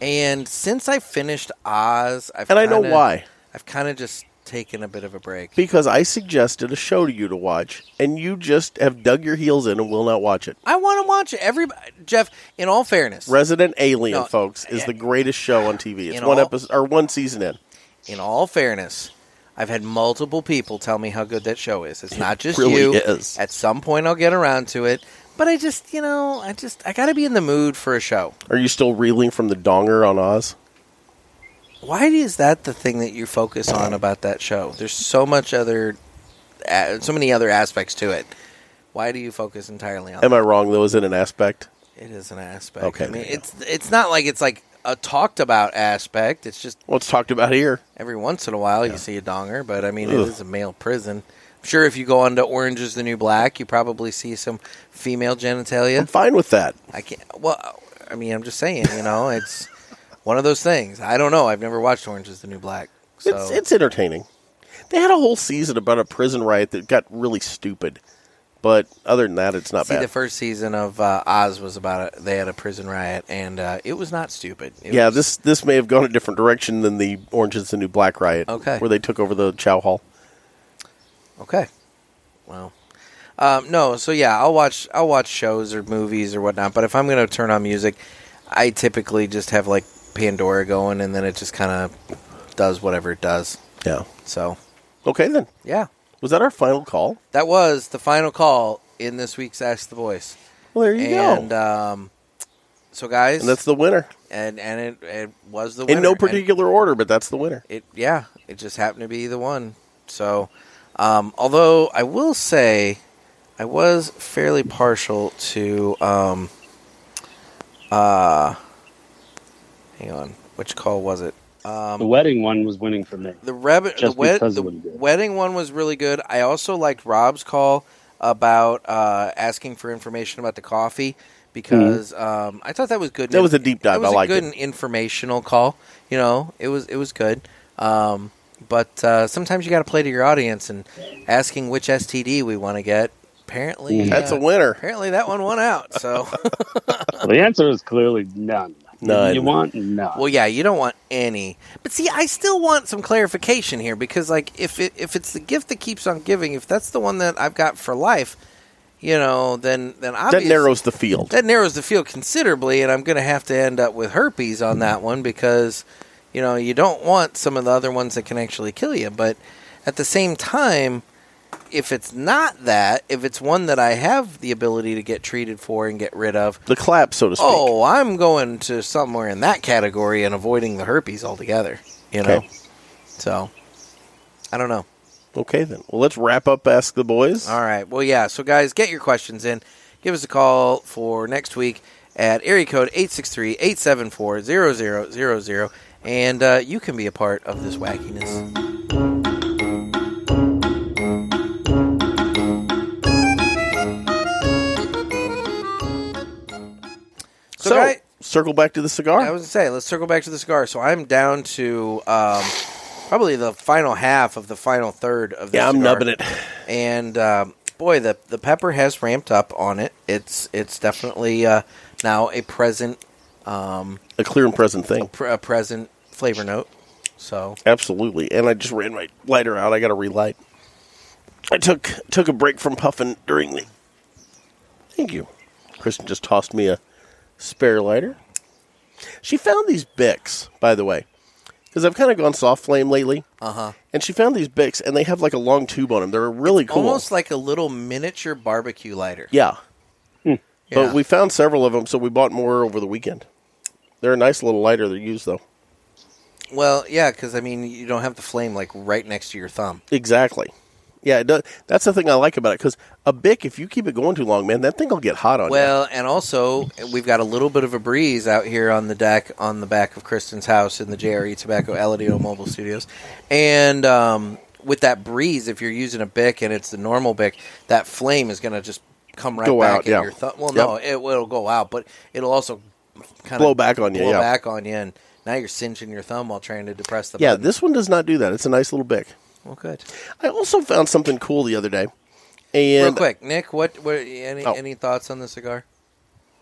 And since I finished Oz, I've
And I know
kinda-
why.
I've kind of just taken a bit of a break.
Because I suggested a show to you to watch, and you just have dug your heels in and will not watch it.
I want to watch it. Every Jeff, in all fairness,
Resident Alien,
No,
folks, is the greatest show on TV. It's
in
one
all-
episode or one season in.
in all fairness, I've had multiple people tell me how good that show is. It's not just
really
you.
is.
At some point, I'll get around to it. But I just, you know, I just, I got to be in the mood for a show.
Are you still reeling from the donger on Oz?
Why is that the thing that you focus on about that show? There's so much other, uh, so many other aspects to it. Why do you focus entirely on?
Am
that?
I wrong though? Is it an aspect?
It is an aspect.
Okay,
I mean,
there you
it's it's not like it's like a talked about aspect. It's just
well, it's talked about here.
Every once in a while, you see a donger, but I mean,
Ugh.
it is a male prison. I'm sure if you go on to Orange Is the New Black, you probably see some female genitalia. I'm
fine with that.
I can't. Well, I mean, I'm just saying. You know, it's one of those things. I don't know. I've never watched Orange Is the New Black. So
It's it's entertaining. They had a whole season about a prison riot that got really stupid, but other than that, it's not
see,
bad.
the first season of uh, Oz was about a, they had a prison riot, and uh, it was not stupid. It
yeah,
was-
this this may have gone a different direction than the Orange is the New Black riot,
Okay.
where they took over the Chow Hall.
Okay. Well, um, no. So yeah, I'll watch I'll watch shows or movies or whatnot. But if I'm going to turn on music, I typically just have like Pandora going, and then it just kind of does whatever it does.
Yeah.
So.
Okay then.
Yeah.
Was that our final call?
That was the final call in this week's Ask the Voice.
Well, there you go.
And um, so, guys,
And that's the winner.
and and it, it was the
In
winner,
no
and-
particular order, but that's the winner.
it yeah it just happened to be the one so um, although i will say i was fairly partial to um uh hang on which call was it um
the wedding one was winning for me.
the rabbit
Just
the, wed-
because
the
of what he did.
wedding one was really good i also liked rob's call about uh asking for information about the coffee
Mm-hmm.
because um i thought that was good
That was a deep dive.
It was
I
a
liked
good
it.
and informational call you know it was it was good um but uh sometimes you got to play to your audience and asking which std we want to get apparently
Mm. That's
uh,
a winner.
apparently that one won out so
Well, the answer is clearly none.
None.
You want none.
Well, yeah, you don't want any. But see, I still want some clarification here because, like, if it, if it's the gift that keeps on giving, if that's the one that I've got for life, you know, then then obvious,
that narrows the field.
that narrows the field considerably, and I'm going to have to end up with herpes on that one because, you know, you don't want some of the other ones that can actually kill you. But at the same time, if it's not that, if it's one that I have the ability to get treated for and get rid of,
the clap, so to speak.
Oh, I'm going to somewhere in that category and avoiding the herpes altogether. You know,
Okay.
so I don't know.
Okay then. Well, let's wrap up. Ask the boys.
All right. Well, yeah. So, guys, get your questions in. Give us a call for next week at area code 863-874-0000, and uh, you can be a part of this wackiness.
So,
So, guy-
circle back to the cigar.
I was gonna say, let's circle back to the cigar. So I'm down to um, probably the final half of the final third of this.
Yeah, I'm
cigar.
nubbing it.
And um, boy, the the pepper has ramped up on it. It's it's definitely uh, now a present um,
a clear and present thing.
pr- a present flavor note. So
Absolutely. And I just ran my lighter out. I got to relight. I took took a break from puffing during the. Thank you. Kristen just tossed me a spare lighter. She found these Bics, by the way, because I've kind of gone soft flame lately.
Uh huh.
And she found these Bics, and they have like a long tube on them. They're really cool.
Almost like a little miniature barbecue lighter.
Yeah.
Yeah.
But we found several of them, so we bought more over the weekend. They're a nice little lighter. They're used though.
Well, yeah, because I mean, you don't have the flame like right next to your thumb.
Exactly. Yeah, it does. that's the thing I like about it because a bic, if you keep it going too long, man, that thing will get hot on you.
Well, and also we've got a little bit of a breeze out here on the deck on the back of Kristen's house in the JRE Tobacco Aladino Mobile Studios, and um, with that breeze, if you're using a bic and it's the normal bic, that flame is going to just come right
Go
back
out,
in
yeah.
your thumb. Well,
Yep.
no, it will go out, but it'll also kind
Blow back on you,
blow
yeah.
back on you, and now you're singeing your thumb while trying to depress the
Yeah,
button.
this one does not do that. It's a nice little bic.
Well, good.
I also found something cool the other day, and
Real quick, Nick, what, what any
Oh.
any thoughts on the cigar?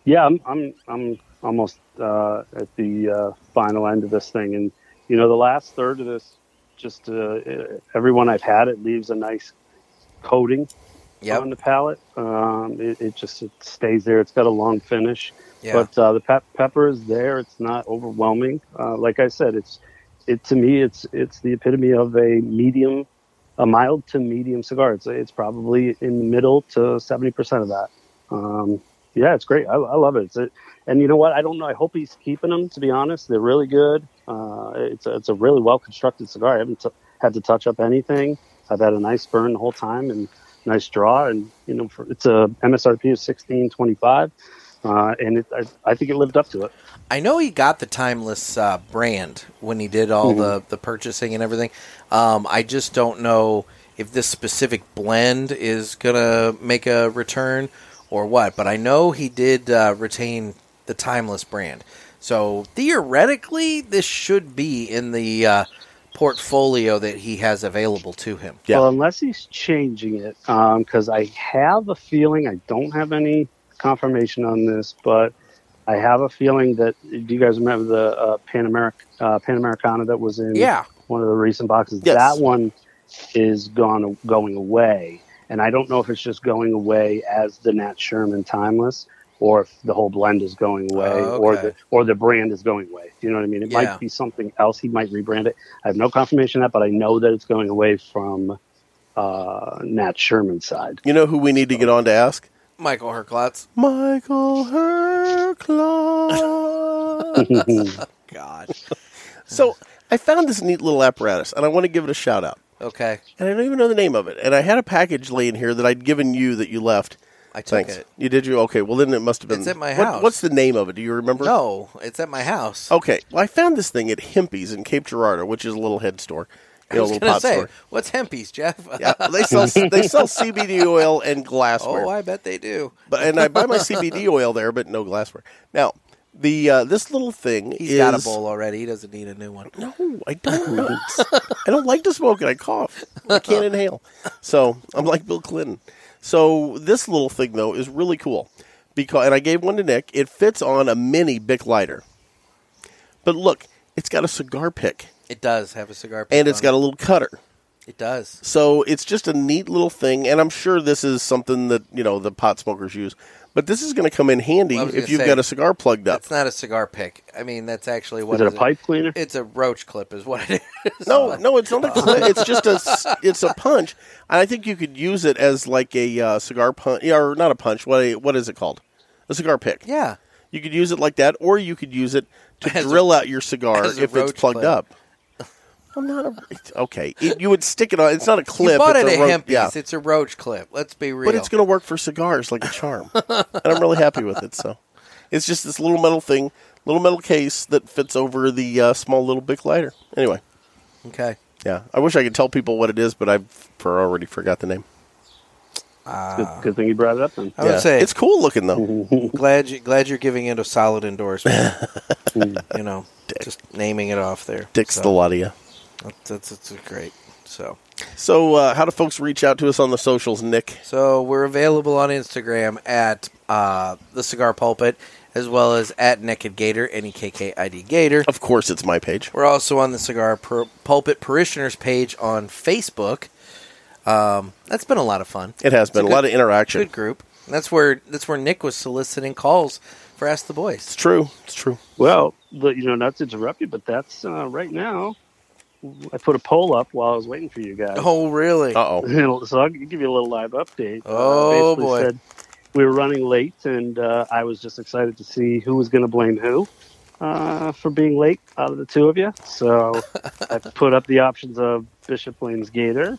Yeah, I'm I'm I'm almost uh, at the uh, final end of this thing. And you know, the last third of this, just uh, everyone I've had, it leaves a nice coating
Yep.
on the palate. Um, it, it just it stays there. It's got a long finish,
Yeah.
but uh, the pep- pepper is there. It's not overwhelming. Uh, like I said, it's it to me. It's it's the epitome of a medium, a mild to medium cigar. It's it's probably in the middle to seventy percent of that. Um, yeah, it's great. I, I love it. It's a, and you know what? I don't know. I hope he's keeping them. To be honest, they're really good. Uh, it's a, it's a really well constructed cigar. I haven't t- had to touch up anything. I've had a nice burn the whole time and nice draw. And you know, for, it's a MSRP of sixteen twenty five, uh, and it, I, I think it lived up to it.
I know he got the timeless uh, brand when he did all the,
Mm-hmm.
the purchasing and everything. Um, I just don't know if this specific blend is gonna make a return or what. But I know he did uh, retain the timeless brand. So theoretically, this should be in the uh, portfolio that he has available to him.
Well, unless he's changing it, because I have a feeling I don't have any confirmation on this, but I have a feeling that do you guys remember the uh, Panameric uh, Panamericana that was in
Mm-hmm.
Yeah.
one of the recent boxes?
Yes.
That one is gone going away, and I don't know if it's just going away as the Nat Sherman Timeless. Or if the whole blend is going away,
Oh,
or
okay.
the or the brand is going away. Do you know what I mean? It
Yeah.
might be something else. He might rebrand it. I have no confirmation of that, but I know that it's going away from uh, Nat Sherman's side.
You know who we need to get on to ask?
Michael Herklotz.
Michael Herklotz.
God.
So I found this neat little apparatus, and I want to give it a shout out.
Okay.
And I don't even know the name of it. And I had a package laying here that I'd given you that you left.
I took
Thanks.
it.
You did you? Okay. Well, then it must have been.
It's at my
What-
house.
what's the name of it? Do you remember?
No, it's at my house.
Okay. Well, I found this thing at Hempy's in Cape Girardeau, which is a little head store. You
I
know,
was
a little
gonna
pot
say,
store.
what's Hempy's, Jeff?
Yeah, they sell they sell CBD oil and glassware.
Oh, I bet they do.
But and I buy my CBD oil there, but no glassware. Now the uh, this little thing
He's
is
got a bowl already. He doesn't need a new one.
No, I don't. know. I don't like to smoke, and I cough. I can't inhale, so I'm like Bill Clinton. So this little thing though is really cool because and I gave one to Nick. It fits on a mini Bic lighter, but look, it's got a cigar pick
It does have a cigar. pick
and it's
on
got a little cutter.
it. It does.
So it's just a neat little thing, and I'm sure this is something that you know the pot smokers use. But this is going to come in handy
Well, I was
if
gonna
you've
say,
got a cigar plugged up.
It's not a cigar pick. I mean, that's actually what
Is it a pipe
cleaner?
It's a roach clip, is what it is.
No, no, it's not a. clip. It's just a. s- It's a punch, and I think you could use it as like a uh, cigar punch, yeah, or not a punch. What a, what is it called? A cigar pick.
Yeah.
You could use it like that, or you could use it to drill out your cigar
as a
if
roach
it's plugged
clip.
up. I'm not a. it's- Okay, It- you would stick it on. It's not a clip.
you bought
it's
it at
a ro-
Hempy's.
yeah.
It's a roach clip. Let's be real.
But it's going to work for cigars like a charm. and I'm really happy with it. So it's just this little metal thing, little metal case that fits over the uh, small little Bic lighter. Anyway,
okay.
yeah. I wish I could tell people what it is, but I've for already forgot the name.
Good,
Ah.
good thing you brought it up. Then
I would
Yeah.
say
it's cool looking though.
glad you, glad you're giving it a solid endorsement. you know, just naming it off there.
Dick
So,
Stelladia.
That's, that's, that's great. So.
So uh, how do folks reach out to us on the socials, Nick?
So we're available on Instagram at uh, the Cigar Pulpit, as well as at Naked Gator, N E K K I D Gator.
Of course, it's my page.
We're also on the Cigar Pur- Pulpit Parishioners page on Facebook. Um, that's been a lot of fun.
It has
It's
been a
good-
lot of interaction.
Good group. That's where that's where Nick was soliciting calls for Ask the Boys.
It's true. It's true.
Well, the, you know, not to interrupt you, but that's uh, right now. I put a poll up while I was waiting for you guys.
Oh, really?
Uh-oh.
so I'll give you a little live update. Uh,
Oh,
basically
boy.
Said we were running late, and uh, I was just excited to see who was going to blame who uh, for being late out of the two of you. So I put up the options of Bishop blames Gator,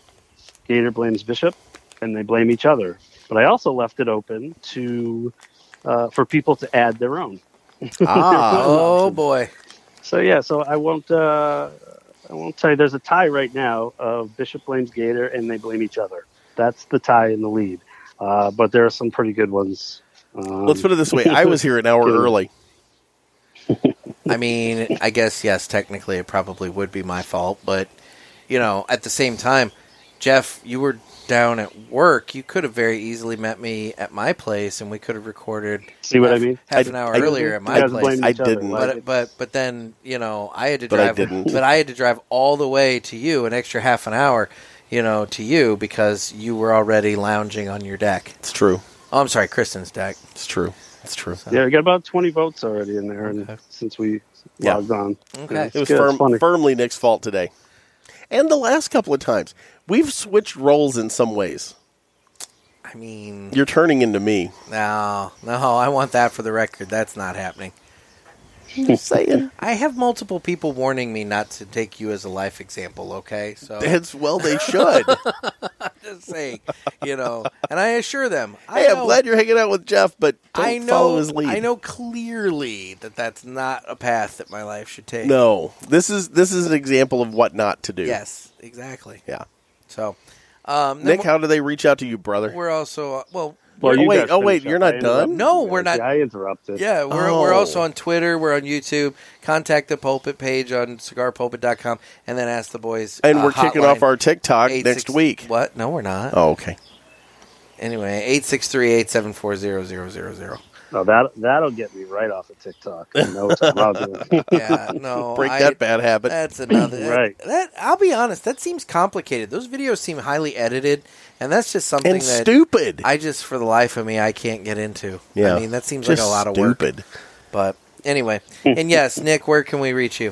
Gator blames Bishop, and they blame each other. But I also left it open to uh, for people to add their own.
Ah, oh boy.
So yeah, so I won't. Uh, I won't tell you. There's a tie right now of Bishop blames Gator, and they blame each other. That's the tie in the lead. Uh, but there are some pretty good ones. Um,
Let's put it this way: I was here an hour
kidding.
early.
I mean, I guess yes, technically it probably would be my fault, but you know, at the same time, Jeff, you were down at work. You could have very easily met me at my place, and we could have recorded.
See what
half,
I mean?
Half
I-
an hour
I-
earlier at my
You guys
place.
blamed I each other, didn't. like
But, but but then you know I had to
But I
drive.
didn't.
but I had to drive all the way to you, an extra half an hour, you know, to you because you were already lounging on your deck.
It's true.
Oh, I'm sorry, Kristen's deck.
It's true. It's true.
Yeah, we got about 20 votes already in there and since we logged on. Yeah,
It was
good.
firm,
It's funny.
firmly Nick's fault today. And the last couple of times. We've switched roles in some ways.
I mean,
You're turning into me.
no, no, I want that for the record. That's not happening.
Just saying.
I have multiple people warning me not to take you as a life example. Okay, so
That's well, they should.
I'm just saying, you know, and I assure them. I
hey, I'm
know-
glad you're hanging out with Jeff, but don't
I know.
follow his lead.
I know clearly that that's not a path that my life should take.
No, this is this is an example of what not to do.
Yes, exactly.
Yeah.
So, um, then
Nick, how do they reach out to you, brother?
We're also well.
Well,
we're-
you Oh, wait, guys oh, wait, finish you're up. not I interrupted done?
No, we're not.
I interrupted.
Yeah, we're,
Oh.
we're also on Twitter. We're on YouTube. Contact the pulpit page on cigarpulpit.com and then ask the boys.
And
uh,
we're kicking
hotline.
off our TikTok
Eight
next
six-
week.
What? No, we're not.
Oh, okay.
Anyway, 863 874 0000.
No, that that'll get me right off of TikTok. in No time. I'll do it.
Yeah, no.
Break
Oh, I-
that bad habit.
That's another.
Right.
That, I'll be honest, that seems complicated. Those videos seem highly edited, and that's just something
And
that
stupid.
I just, for the life of me, I can't get into.
Yeah.
I mean, that seems
Just
like a lot of work.
stupid.
But anyway, and yes, Nick, where can we reach you?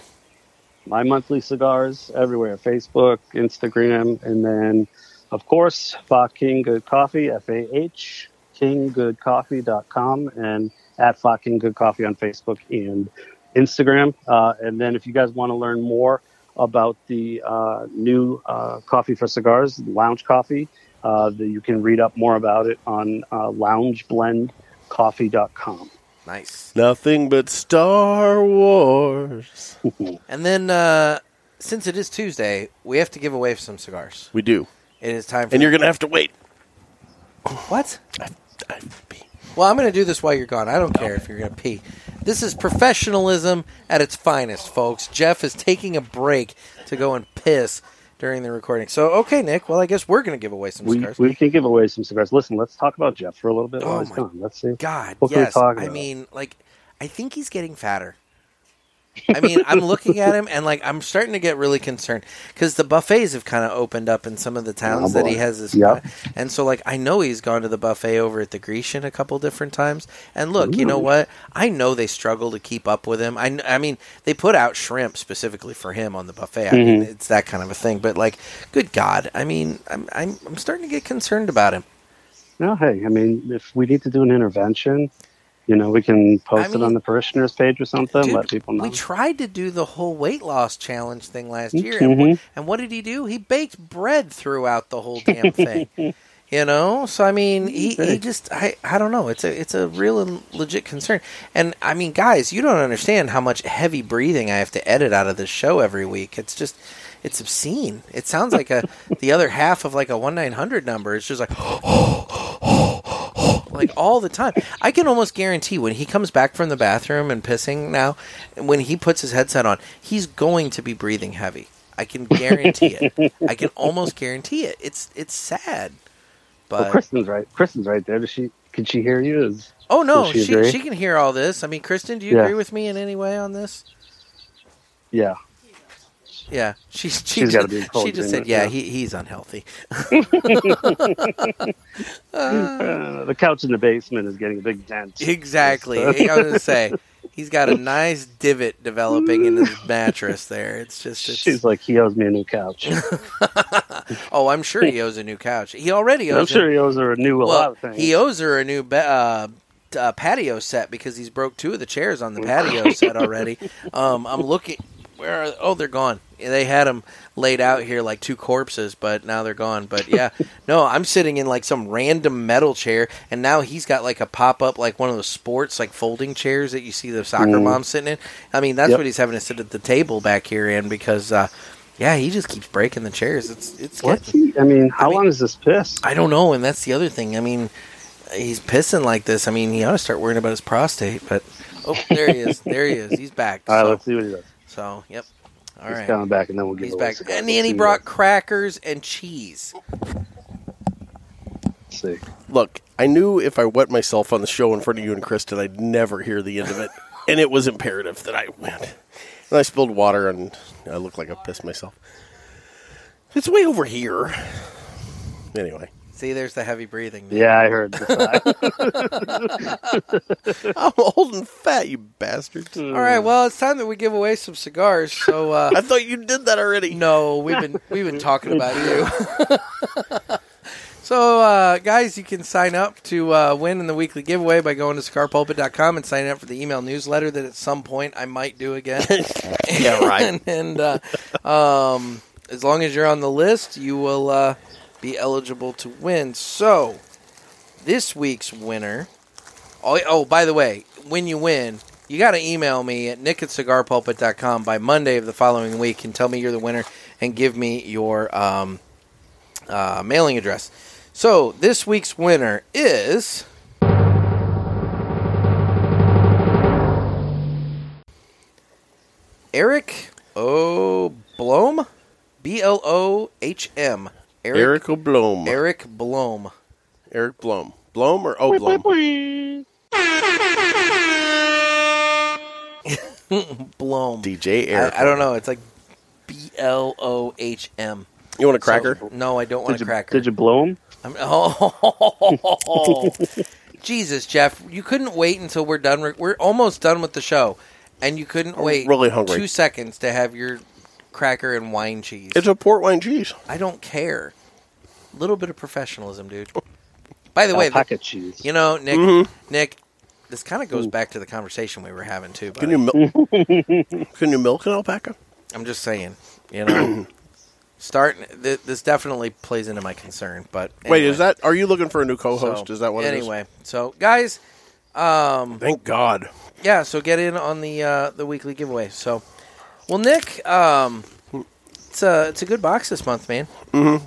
My monthly cigars everywhere: Facebook, Instagram, and then, of course, Fah King Good Coffee, F A H kinggoodcoffee.com, and at Fah King Good Coffee on Facebook and Instagram. Uh, and then, if you guys want to learn more about the uh, new uh, Coffee for Cigars Lounge Coffee, uh, the, you can read up more about it on uh, loungeblendcoffee.com.
Nice.
Nothing but Star Wars.
And then, uh, since it is Tuesday, we have to give away some cigars.
we do.
It is time for
And you're going to have to wait.
What? Well, I'm going to do this while you're gone. I don't care if you're going to pee. This is professionalism at its finest, folks. Jeff is taking a break to go and piss during the recording. So, okay, Nick. Well, I guess we're going to give away some
We,
cigars.
we can give away some cigars. Listen, let's talk about Jeff for a little bit while
Oh
he's
my
gone. Let's see.
God,
what can we
yes.
talk
I
about?
mean, like, I think he's getting fatter. I mean, I'm looking at him and like I'm starting to get really concerned because the buffets have kind of opened up in some of the towns
Oh,
that he
boy.
has this.
Yep.
And so, like, I know he's gone to the buffet over at the Grecian a couple different times. And look, you know what? I know they struggle to keep up with him. I, kn- I mean, they put out shrimp specifically for him on the buffet. I mean,
Mhm.
it's that kind of a thing. But like, good God, I mean, I'm I'm, I'm starting to get concerned about him.
No, hey, I mean, if we need to do an intervention, you know, we can post
mean-
it on the parishioners page or something.
Dude,
let people know.
We tried to do the whole weight loss challenge thing last year, and,
Mhm.
what, and what did he do? He baked bread throughout the whole damn thing. you know, so I mean, he, he just I I don't know. It's a it's a real and legit concern. And I mean, guys, you don't understand how much heavy breathing I have to edit out of this show every week. It's just it's obscene. It sounds like a the other half of like a one nine hundred number. It's just like like all the time. I can almost guarantee when he comes back from the bathroom and pissing now, when he puts his headset on, he's going to be breathing heavy. I can guarantee it. I can almost guarantee it. It's it's sad. But
well, Kristen's right. Kristen's right there. Does she? Can she hear you? Is,
oh no,
does
she
agree?
she, can hear all this. I mean, Kristen, do you
Yeah.
agree with me in any way on this?
Yeah.
Yeah, she, she
She's
just,
gotta be in full
she just
agreement,
said, "Yeah,
yeah.
he, he's unhealthy."
Uh, the couch in the basement is getting a big dent.
Exactly. I was gonna say he's got a nice divot developing in his mattress. There, it's just it's,
She's like, he owes me a new couch.
Oh, I'm sure he owes a new couch. He already owes.
I'm sure he owes her a new a
well,
lot of things.
He owes her a new be- uh, t- uh, patio set because he's broke two of the chairs on the patio set already. Um, I'm looking. Where are? Oh, they're gone. Yeah, They had them laid out here like two corpses, but now they're gone. But yeah, no, I'm sitting in like some random metal chair, and now he's got like a pop up, like one of those sports, like folding chairs that you see the soccer
Mhm.
moms sitting in. I mean, that's
Yep.
what he's having to sit at the table back here in because, uh, yeah, he just keeps breaking the chairs. It's it's
What's
getting-
he? I mean, how long is this piss?
I don't know, and that's the other thing. I mean, he's pissing like this. I mean, he ought to start worrying about his prostate. But oh, there he is. There he is. He's back.
All right,
so,
let's see what he does.
so, yep. All All
He's
right.
coming back, and then we'll give
He's
away
back.
cigars.
And Annie brought crackers and cheese.
See.
Look, I knew if I wet myself on the show in front of you and Kristen, I'd never hear the end of it, and it was imperative that I went. And I spilled water, and I looked like I pissed myself. It's way over here. Anyway,
See, there's the heavy breathing.
Yeah, I heard
I'm old and fat, you bastards.
All right, well, it's time that we give away some cigars. So uh,
I thought you did that already.
No, we've been we've been talking about you. so, uh, guys, you can sign up to uh, win in the weekly giveaway by going to cigarpulpit.com and signing up for the email newsletter that at some point I might do again.
Yeah, right.
and and, uh, um, as long as you're on the list, you will uh, be eligible to win. So, this week's winner. Oh, oh, by the way, when you win, you got to email me at nick at cigarpulpit.com by Monday of the following week and tell me you're the winner and give me your um, uh, mailing address. So this week's winner is. Eric Oblom? B L O H M.
Eric Oblom.
Eric Blom.
Eric Blom. Blom or Oblom?
Blom.
DJ
I,
Eric.
I don't know. It's like B L O H M.
You want a cracker?
no, I don't want
Did
a
you-
cracker.
did you blow him?
I'm, oh, Jesus, Jeff, you couldn't wait until we're done. We're- We're almost done with the show, and you couldn't wait.
really hungry.
Two seconds to have your cracker and wine cheese.
It's a port wine cheese.
I don't care. A little bit of professionalism, dude. By the way,
Alpaca
the-
cheese.
You know, Nick.
Mhm.
Nick, this kind of goes
Ooh.
back to the conversation we were having too.
Can
buddy.
you milk? can you milk an alpaca?
I'm just saying, you know, starting th- this definitely plays into my concern. But
Wait,
anyway.
is that? Are you looking for a new co-host?
So,
is that what?
Anyway,
it
so guys, um,
thank God.
Yeah, so get in on the uh, the weekly giveaway. So, well, Nick, um, it's a it's a good box this month, man.
is? hmm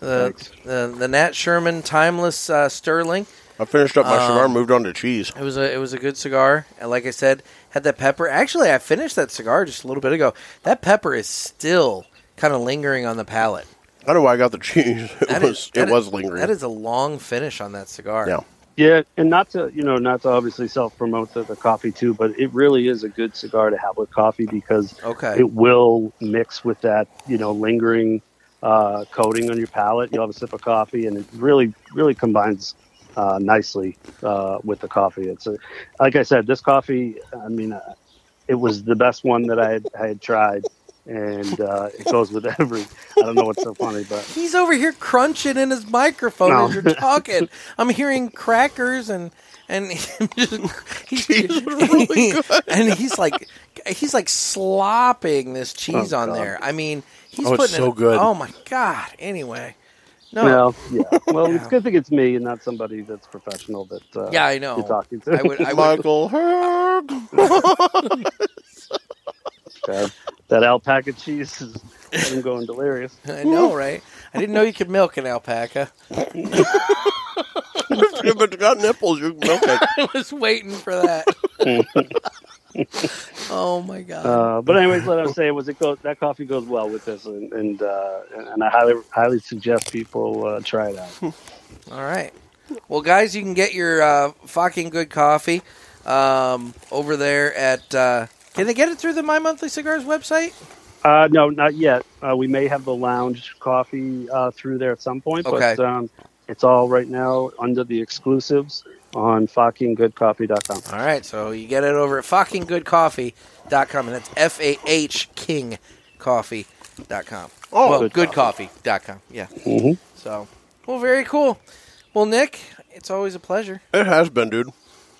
The the, the Nat Sherman Timeless uh, Sterling.
I finished up my
Um,
cigar, moved on to cheese.
It was a it was a good cigar, and like I said, had that pepper. Actually, I finished that cigar just a little bit ago. That pepper is still kind of lingering on the palate.
I don't know why I got the cheese. It
That is-
was
that
it
is-
was lingering.
That is a long finish on that cigar.
Yeah.
Yeah, and not to you know not to obviously self promote the, the coffee too, but it really is a good cigar to have with coffee because
Okay.
it will mix with that you know lingering uh, coating on your palate. You have a sip of coffee, and it really really combines uh, nicely uh, with the coffee. It's a, like I said, this coffee. I mean, uh, it was the best one that I had, I had tried, and uh, it goes with every. I don't know what's so funny, but
He's over here crunching in his microphone
No.
as you're talking. I'm hearing crackers and and him just, he's and he's like he's like slopping this cheese
Oh,
on
God.
there. I mean, he's
Oh, it's
putting it-
so good.
Oh my god. Anyway, no.
Well, yeah. Well, it's good thing it's me and not somebody that's professional that uh,
Yeah, I know.
you're talking to.
Um, I would- I would-
Michael Herb.
God, Um, that alpaca cheese is I'm going delirious.
I know, right? I didn't know you could milk an alpaca.
if it's got nipples, you can milk it.
I was waiting for that. oh my god.
Uh, but anyways, what I'm saying was it goes that coffee goes well with this, and and, uh, and I highly highly suggest people uh, try it out.
All right. Well, guys, you can get your uh, fucking good coffee um, over there at. Uh, can they get it through the My Monthly Cigars website?
Uh, no, not yet. Uh, we may have the lounge coffee uh, through there at some point,
Okay.
but um, it's all right now under the exclusives on fuckinggoodcoffee.com.
All right, so you get it over at fuckinggoodcoffee.com, and that's F A H King coffee.com.
Oh,
well,
good
goodcoffee.com. Yeah.
Mhm.
So, well, very cool. Well, Nick, it's always a pleasure.
It has been, dude.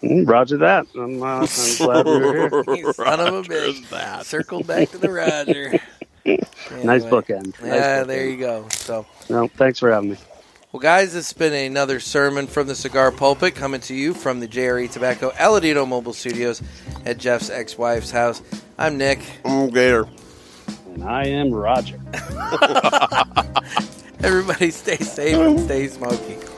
Mm, Roger that. I'm, uh, I'm glad you're here.
You son of a bitch. Circle back to the Roger.
Nice
Anyway.
bookend. Nice
Yeah,
bookend.
there you go. So.
No, thanks for having me.
Well, guys, it's been another sermon from the cigar pulpit coming to you from the JRE Tobacco Aladino Mobile Studios at Jeff's ex wife's house. I'm Nick.
I'm Mm, Gator.
And I am Roger.
Everybody stay safe and stay smoky.